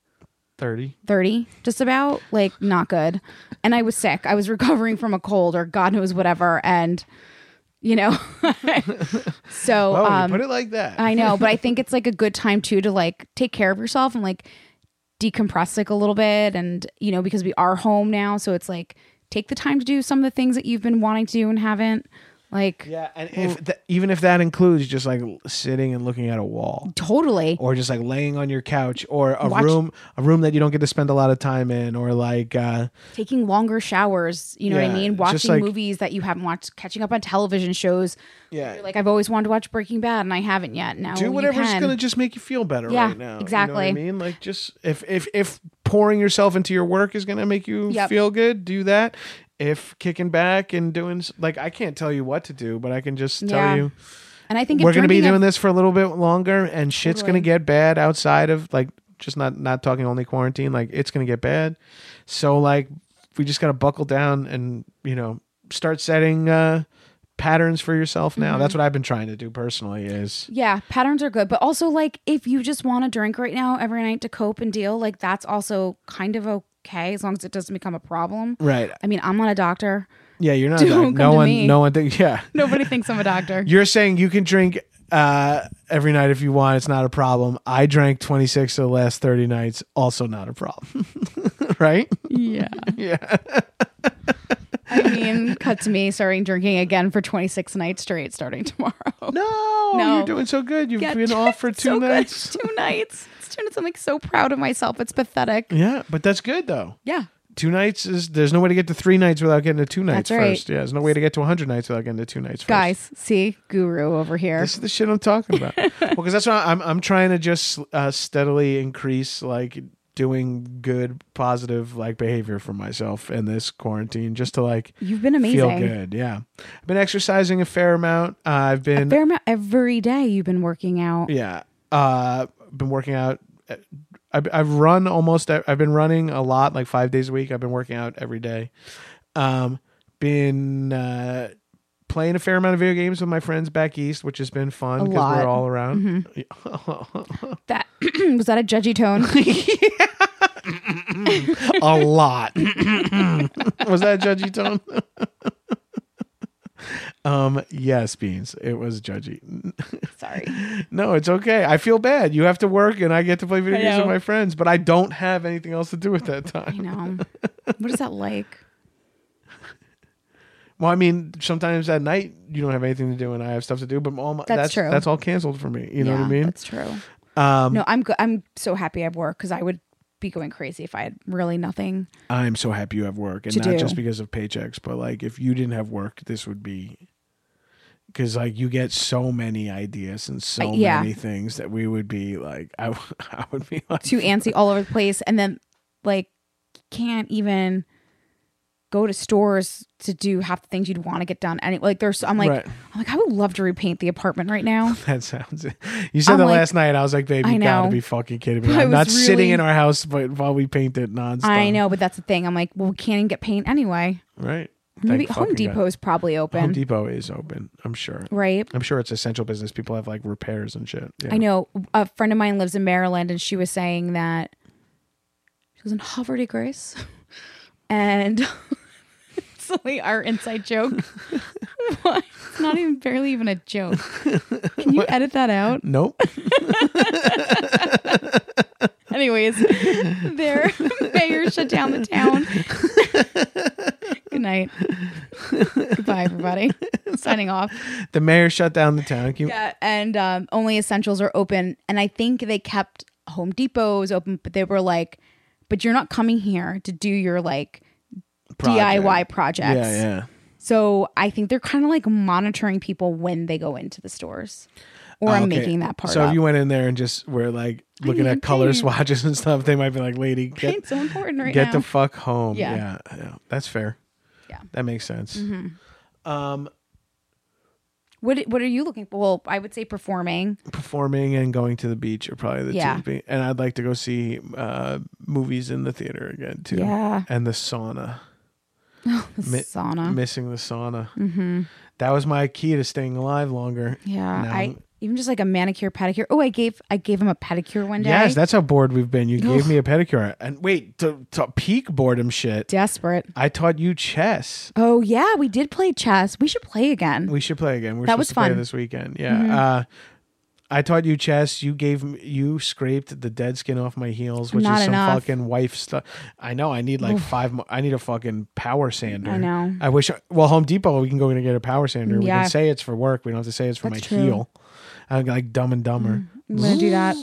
S2: Thirty.
S3: 30 just about like not good and i was sick i was (laughs) recovering from a cold or god knows whatever and you know (laughs) so
S2: Oh,
S3: um,
S2: you put it like that.
S3: i know but i think it's like a good time too to like take care of yourself and like decompress like a little bit and you know because we are home now so it's like take the time to do some of the things that you've been wanting to do and haven't like
S2: yeah, and if th- even if that includes just like sitting and looking at a wall.
S3: totally
S2: or just like laying on your couch or a
S3: Watch-
S2: room a room that you don't get to spend a lot of time in or like uh
S3: taking longer showers you know what
S2: Yeah,
S3: i mean
S2: it's just
S3: watching
S2: like-
S3: movies that you haven't watched catching up on television shows
S2: Yeah.
S3: You're like i've always wanted to watch breaking bad and i haven't yet now
S2: do
S3: Oh, you
S2: whatever's
S3: can.
S2: going to just make you feel better
S3: Yeah,
S2: right now. You know what
S3: exactly.
S2: I mean, like just if if if pouring yourself into your work is going to make you
S3: Yep.
S2: feel good, do that. If kicking back and doing s- like I can't tell you what to do, but I can just tell
S3: Yeah.
S2: you
S3: and i think
S2: we're going to be doing this for a little bit longer, and shit's going
S3: Totally.
S2: to get bad outside of like just not not talking only quarantine. Like it's going to get bad, so like we just got to buckle down and you know start setting uh patterns for yourself now.
S3: Mm-hmm.
S2: That's what I've been trying to do personally. Is
S3: yeah patterns are good but also like if you just want to drink right now every night to cope and deal like that's also kind of okay as long as it doesn't become a problem
S2: right.
S3: i mean i'm not a doctor (laughs)
S2: Yeah, you're not. a doc-
S3: Don't come
S2: No
S3: to
S2: one.
S3: me.
S2: No one. Think, (laughs) yeah,
S3: nobody thinks i'm a doctor
S2: you're saying you can drink uh, every night if you want. It's not a problem. I drank 26 of the last 30 nights. Also, not a problem. (laughs) right?
S3: yeah
S2: (laughs) Yeah.
S3: i mean cut to me starting drinking again for 26 nights straight starting (laughs) tomorrow
S2: No,
S3: No.
S2: you're doing so good. You've
S3: Yeah, (laughs)
S2: been off for
S3: it's
S2: two
S3: so good.
S2: nights.
S3: (laughs) Two nights. It's two nights. I'm like so proud of myself. It's pathetic.
S2: Yeah, but that's good though.
S3: Yeah.
S2: Two nights is there's no way to get to three nights without getting to two nights
S3: That's right.
S2: first. Yeah, there's no way to get to 100 nights without getting to two nights first.
S3: Guys, see, guru over here.
S2: This is the shit I'm talking
S3: (laughs)
S2: about. well, because that's why I'm I'm trying to just uh, steadily increase like doing good, positive like behavior for myself in this quarantine, just to like
S3: You've been amazing.
S2: feel good. Yeah, I've been exercising a fair amount. Uh, I've been
S3: Fair amount every day you've been working out.
S2: yeah, uh, been working out. uh, I've, I've run almost. e, I've been running a lot, like five days a week. I've been working out every day. Um, been uh, playing a fair amount of video games with my friends back east, which has been fun
S3: A
S2: because
S3: lot. Mm-hmm.
S2: we're all around.
S3: That (clears throat) was that a judgy tone?
S2: (laughs) a lot. (laughs) was that a judgy tone? (laughs) um, yes, beans. It was judgy.
S3: (laughs) Sorry.
S2: No, it's okay. I feel bad. You have to work, and I get to play video
S3: I
S2: games with
S3: know.
S2: my friends, but I don't have anything else to do at that
S3: You
S2: time.
S3: know. What is that like?
S2: Well, I mean, sometimes at night you don't have anything to do, and I have stuff to do. But all my,
S3: That's
S2: that's,
S3: true.
S2: That's all canceled for me. You know what I
S3: Yeah,
S2: mean?
S3: That's true.
S2: Um,
S3: no, I'm go- I'm so happy I work because I would be going crazy if I had really nothing.
S2: I'm so happy you have work, and
S3: To
S2: not
S3: do.
S2: just because of paychecks, but like if you didn't have work, this would be because like you get so many ideas and so
S3: Uh, yeah.
S2: many things that we would be like, (laughs) I, w- I would be (laughs) like,
S3: Too antsy all over the place, and then like can't even go to stores to do half the things you'd want to get done. And it- like there's, I'm like,
S2: Right.
S3: I'm like, I would love to repaint the apartment
S2: (laughs)
S3: right now.
S2: that sounds. You said
S3: I'm
S2: that
S3: like-
S2: last night. I was like, baby,
S3: I
S2: you gotta
S3: know.
S2: be fucking kidding me.
S3: (laughs) I
S2: I'm not
S3: was
S2: sitting
S3: really-
S2: in our house, but while we paint it nonstop.
S3: I know, but that's the thing. I'm like, well, we can't even get paint anyway.
S2: right?
S3: Maybe
S2: Thank
S3: Home
S2: fucking God.
S3: Depot is probably open,
S2: Home Depot is open. I'm sure.
S3: right?
S2: I'm sure it's essential business. People have like repairs and shit. Yeah.
S3: I know a friend of mine lives in Maryland, and she was saying that she was in Hoverty Grace, (laughs) and it's only our inside joke. (laughs) what? It's not even barely even a joke. Can you edit that out?
S2: Nope. (laughs)
S3: Anyways, their (laughs) mayor shut down the town. Good night. Goodbye, everybody. Signing off.
S2: the mayor shut down the town. Can you-
S3: Yeah, and um, only essentials are open. And I think they kept Home Depots open, but they were like, "But you're not coming here to do your like DIY
S2: Yeah,
S3: projects."
S2: yeah.
S3: So I think they're kind of like monitoring people when they go into the stores, or I'm
S2: Ah, Okay.
S3: making that part.
S2: So
S3: up.
S2: if you went in there and just were like looking
S3: need
S2: at color
S3: paint.
S2: swatches and stuff, they might be like,
S3: (laughs)
S2: "Lady, get
S3: (laughs) it's so important right
S2: get
S3: now.
S2: the fuck home."
S3: Yeah.
S2: Yeah. yeah, that's fair.
S3: Yeah. Mm-hmm.
S2: that makes sense. Um,
S3: what What are you looking for? Well, I would say performing.
S2: performing and going to the beach are probably the
S3: Yeah.
S2: two. Be- and I'd like to go see uh, movies in the theater again too.
S3: Yeah.
S2: and the sauna.
S3: (laughs) The
S2: Mi-
S3: sauna.
S2: Missing the sauna. Mm-hmm. That was my key to staying alive longer.
S3: yeah,
S2: Now-
S3: I even just like a manicure pedicure. Oh, I gave I gave him a pedicure one day.
S2: Yes, that's how bored we've been. You gave me a pedicure, and wait, to, to peak boredom shit.
S3: desperate.
S2: I taught you chess.
S3: Oh yeah, we did play chess. We should play again.
S2: We should play again. We're
S3: That
S2: supposed
S3: was
S2: to
S3: fun. Mm-hmm.
S2: play this weekend. Yeah. Uh, I taught you chess. You gave m- you scraped the dead skin off my heels, which
S3: Not
S2: is some
S3: enough.
S2: fucking wife stuff. I know. I need like five. Mo- I need a fucking power sander.
S3: I know.
S2: I wish. Well, Home Depot, we can go in and get a power sander. We
S3: Yeah.
S2: can say it's for work. We don't have to say it's for
S3: That's
S2: my
S3: true. Mm.
S2: heel. I like Dumb and Dumber.
S3: I'm gonna do that.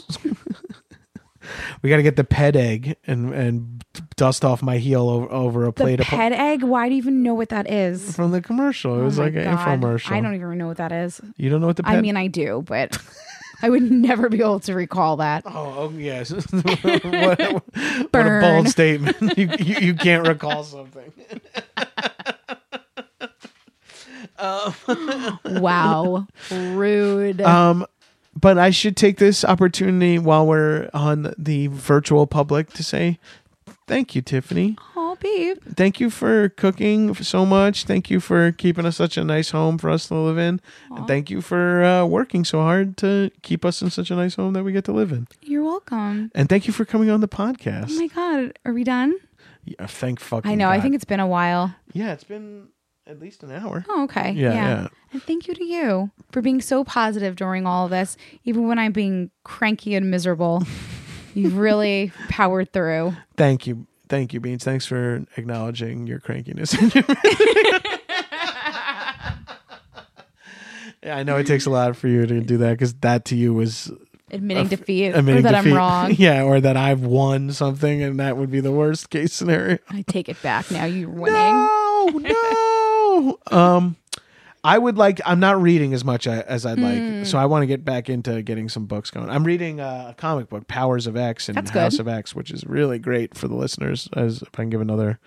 S2: We got to get the ped egg and and dust off my heel over, over a
S3: The
S2: plate of
S3: pet egg. Why do you even know what that is?
S2: from the commercial. It was
S3: Oh my
S2: like an
S3: God.
S2: infomercial.
S3: I don't even know what that is.
S2: You don't know what the pet
S3: I mean, I do, but I would (laughs) never be able to
S2: (laughs)
S3: recall that.
S2: (laughs) Oh, oh yes.
S3: (laughs)
S2: what, what a
S3: Burn.
S2: bold (laughs) statement. you, you you can't recall something.
S3: (laughs)
S2: (laughs)
S3: Wow, rude.
S2: Um but I should take this opportunity while we're on the virtual public to say thank you, Tiffany.
S3: oh, babe.
S2: Thank you for cooking so much. Thank you for keeping us such a nice home for us to live in. And thank you for uh, working so hard to keep us in such a nice home that we get to live in.
S3: You're welcome.
S2: And thank you for coming on the
S3: Oh
S2: podcast.
S3: my God, are we done?
S2: yeah, thank fucking
S3: I know. I
S2: God.
S3: think it's been a while.
S2: Yeah, it's been at least an hour.
S3: Oh, okay.
S2: Yeah, yeah.
S3: And thank you to you for being so positive during all of this, even when I'm being cranky
S2: (laughs)
S3: and miserable. You've really powered through.
S2: Thank you. Thank you, Beans. Thanks for acknowledging your crankiness. (laughs) Yeah, I know it takes a lot for you to do that because that to you was
S3: admitting defeat
S2: admitting
S3: or that
S2: defeat.
S3: I'm wrong.
S2: (laughs) yeah, or that I've won something, and that would be the worst case scenario.
S3: I take it back now. You're winning.
S2: No,
S3: (laughs)
S2: no. um, I would like. I'm not reading as much I- as I'd
S3: Hmm.
S2: like, so I want to get back into getting some books going. I'm reading uh, a comic book, Powers of X and
S3: That's good.
S2: House of X, which is really great for the listeners. As if I can give another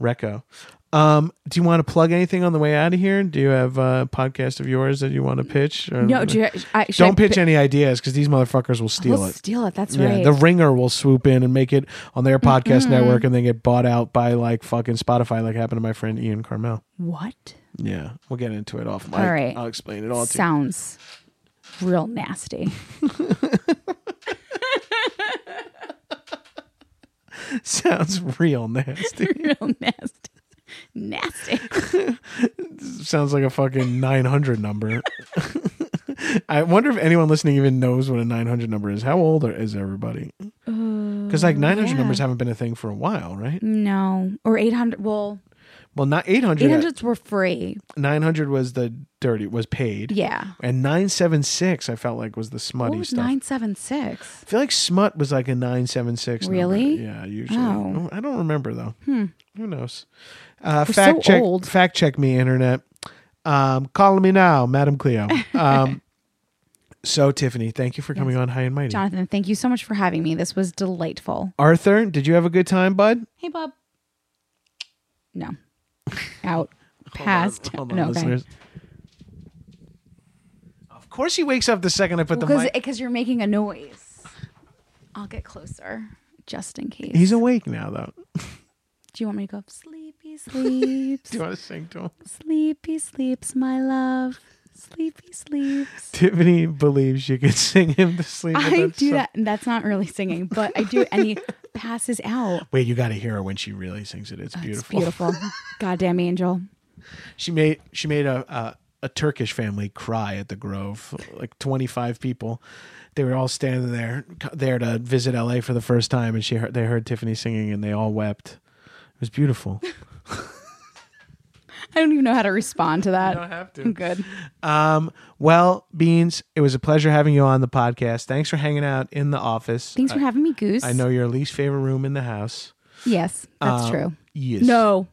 S2: reco. Um, do you want to plug anything on the way out of here? Do you have a podcast of yours that you want to pitch? Or-
S3: No, do you, I, should I
S2: don't pitch
S3: pi-
S2: any ideas because these motherfuckers will steal
S3: We'll
S2: it.
S3: steal it. That's
S2: Yeah,
S3: right. Mm-hmm.
S2: the Ringer will swoop in and make it on their podcast network, and then get bought out by like fucking Spotify, like happened to my friend Ian Carmel.
S3: what?
S2: Yeah, we'll get into it off mic.
S3: All right.
S2: I'll explain it all to you.
S3: Sounds
S2: (laughs)
S3: real nasty. (laughs)
S2: (laughs) Sounds real nasty. (laughs)
S3: real nasty. Nasty.
S2: Sounds like a fucking 900 number. (laughs) I wonder if anyone listening even knows what a 900 number is. How old are, is everybody? Because like 900
S3: Oh, Mm, yeah.
S2: numbers haven't been a thing for a while, right?
S3: No. Or 800. Well,
S2: Well, not 800.
S3: 800s were free.
S2: 900 was the dirty, was paid.
S3: Yeah.
S2: And 976, I felt like was the smutty
S3: What was
S2: stuff.
S3: 976?
S2: I feel like smut was like a 976. number.
S3: Really?
S2: Yeah, usually.
S3: Oh. Hmm.
S2: I don't remember though. Who knows? Uh,
S3: We're
S2: fact
S3: so
S2: check
S3: old.
S2: fact check me internet. Um call me now, Madam Cleo.
S3: (laughs)
S2: Um So Tiffany, thank you for coming on High and Mighty.
S3: Jonathan, thank you so much for having me. This was delightful.
S2: Arthur, did you have a good time, bud?
S3: Hey, Bob. No.
S2: (laughs)
S3: Out. Past.
S2: Hold on,
S3: no,
S2: listeners. Of course he wakes up the second I put the
S3: Because
S2: mic.
S3: you're making a noise. I'll get closer just in case.
S2: He's awake now though.
S3: Do you want me to go sleepy
S2: (laughs)
S3: sleeps?
S2: Do you want to sing to him?
S3: sleepy sleeps, my love. Sleepy sleeps.
S2: Tiffany believes you could (laughs) sing him to sleep. with
S3: I
S2: that
S3: do
S2: song.
S3: that. and That's not really singing, but I do. And he (laughs) passes out.
S2: Wait, you got to hear her when she really sings it. It's beautiful.
S3: It's beautiful. Goddamn angel.
S2: (laughs) She made she made a, a a Turkish family cry at the Grove. Like twenty five people, they were all standing there there to visit L.A. for the first time, and she heard, they heard Tiffany singing, and they all wept. It was (laughs) beautiful.
S3: I don't even know how to respond to that.
S2: have to.
S3: I'm good.
S2: Um, well, Beans, it was a pleasure having you on the podcast. Thanks for hanging out in the office.
S3: Thanks for having me, Goose.
S2: I know your least favorite room in the house.
S3: Yes, that's
S2: Um,
S3: true.
S2: Yes.
S3: No,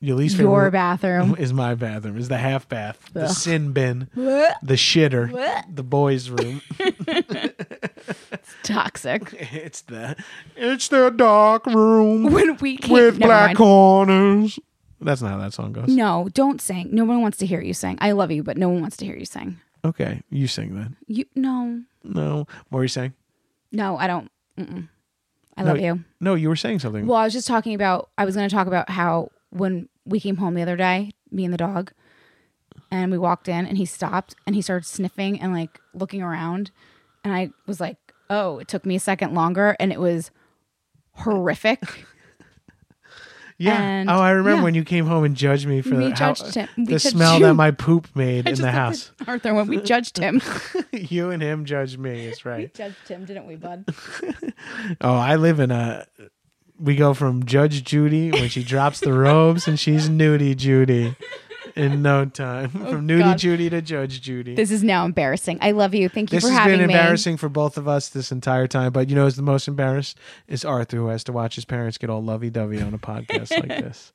S2: Your least favorite
S3: your
S2: room (laughs)
S3: bathroom.
S2: is my bathroom. Is the half bath, the
S3: Ugh.
S2: sin bin,
S3: Blech.
S2: the shitter,
S3: Blech.
S2: the
S3: (laughs)
S2: boys' room.
S3: Toxic.
S2: It's the it's the dark room
S3: When we came,
S2: with
S3: never
S2: black
S3: mind.
S2: corners. That's not how that song goes.
S3: No, don't sing. No one wants to hear you sing. I love you, but no one wants to hear you sing.
S2: Okay, you sing then.
S3: You no,
S2: No, what were you saying?
S3: no, I don't. Mm-mm. I
S2: No,
S3: love you.
S2: No, you were saying something.
S3: Well, I was just talking about. I was going to talk about how when we came home the other day, me and the dog, and we walked in, and he stopped and he started sniffing and like looking around, and I was like, "Oh!" It took me a second longer, and it was horrific.
S2: yeah.
S3: and-
S2: oh, I remember
S3: yeah.
S2: when you came home and judged me for
S3: We
S2: the, how-
S3: judged him. We
S2: the
S3: judged
S2: smell
S3: you.
S2: that my poop
S3: (laughs)
S2: made (laughs) in
S3: Just
S2: the
S3: looked at
S2: house.
S3: Arthur, when we
S2: (laughs)
S3: judged him, (laughs)
S2: you and him judged me. It's right.
S3: judged him, didn't we, bud?
S2: Oh, I live in a. We go from Judge Judy when she drops the robes and she's nudie Judy in no time. From nudie
S3: Oh, God.
S2: Judy to Judge Judy.
S3: This is now embarrassing. I love you. Thank you
S2: this
S3: for
S2: has
S3: having
S2: been
S3: me.
S2: embarrassing for both of us this entire time. But you know, who's the most embarrassed is Arthur, who has to watch his parents get all lovey-dovey on a podcast
S3: (laughs)
S2: like this.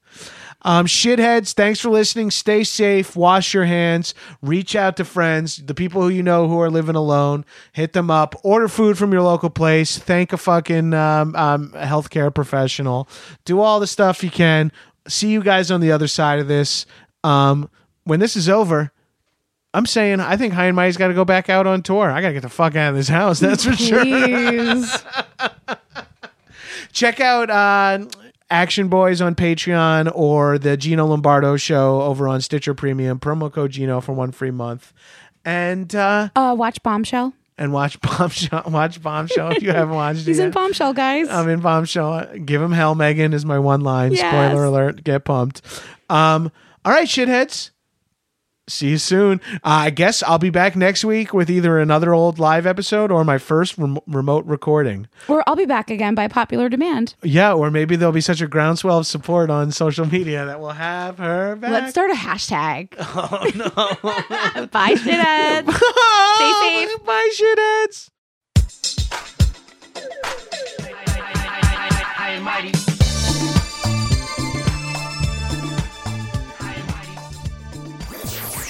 S2: Um, shitheads, thanks for listening. Stay safe. Wash your hands. Reach out to friends, the people who you know who are living alone. Hit them up. Order food from your local place. Thank a fucking um, um, healthcare professional. Do all the stuff you can. See you guys on the other side of this. Um, when this is over. I'm saying I think High and Mighty's got to go back out on tour. I got to get the fuck out of this house. That's for sure.
S3: Please.
S2: Check out uh, Action Boys on Patreon or the Gino Lombardo show over on Stitcher Premium. Promo code Gino for one free month. And uh,
S3: (laughs) uh, watch Bombshell.
S2: and watch Bombshell. Watch Bombshell if you haven't watched it.
S3: (laughs) He's in
S2: Yet.
S3: Bombshell, guys.
S2: I'm in Bombshell. Give him hell, Megan is my one line.
S3: Yes.
S2: Spoiler alert. Get pumped. Um, all right, shitheads. See you soon. Uh, I guess I'll be back next week with either another old live episode or my first rem- remote recording.
S3: or I'll be back again by popular demand.
S2: Yeah, or maybe there'll be such a groundswell of support on social media that we'll have her back. (laughs)
S3: Let's start a hashtag. (laughs) Oh (laughs) no. Bye, (laughs) shitheads.
S2: Oh,
S3: Stay safe.
S2: Bye, shitheads.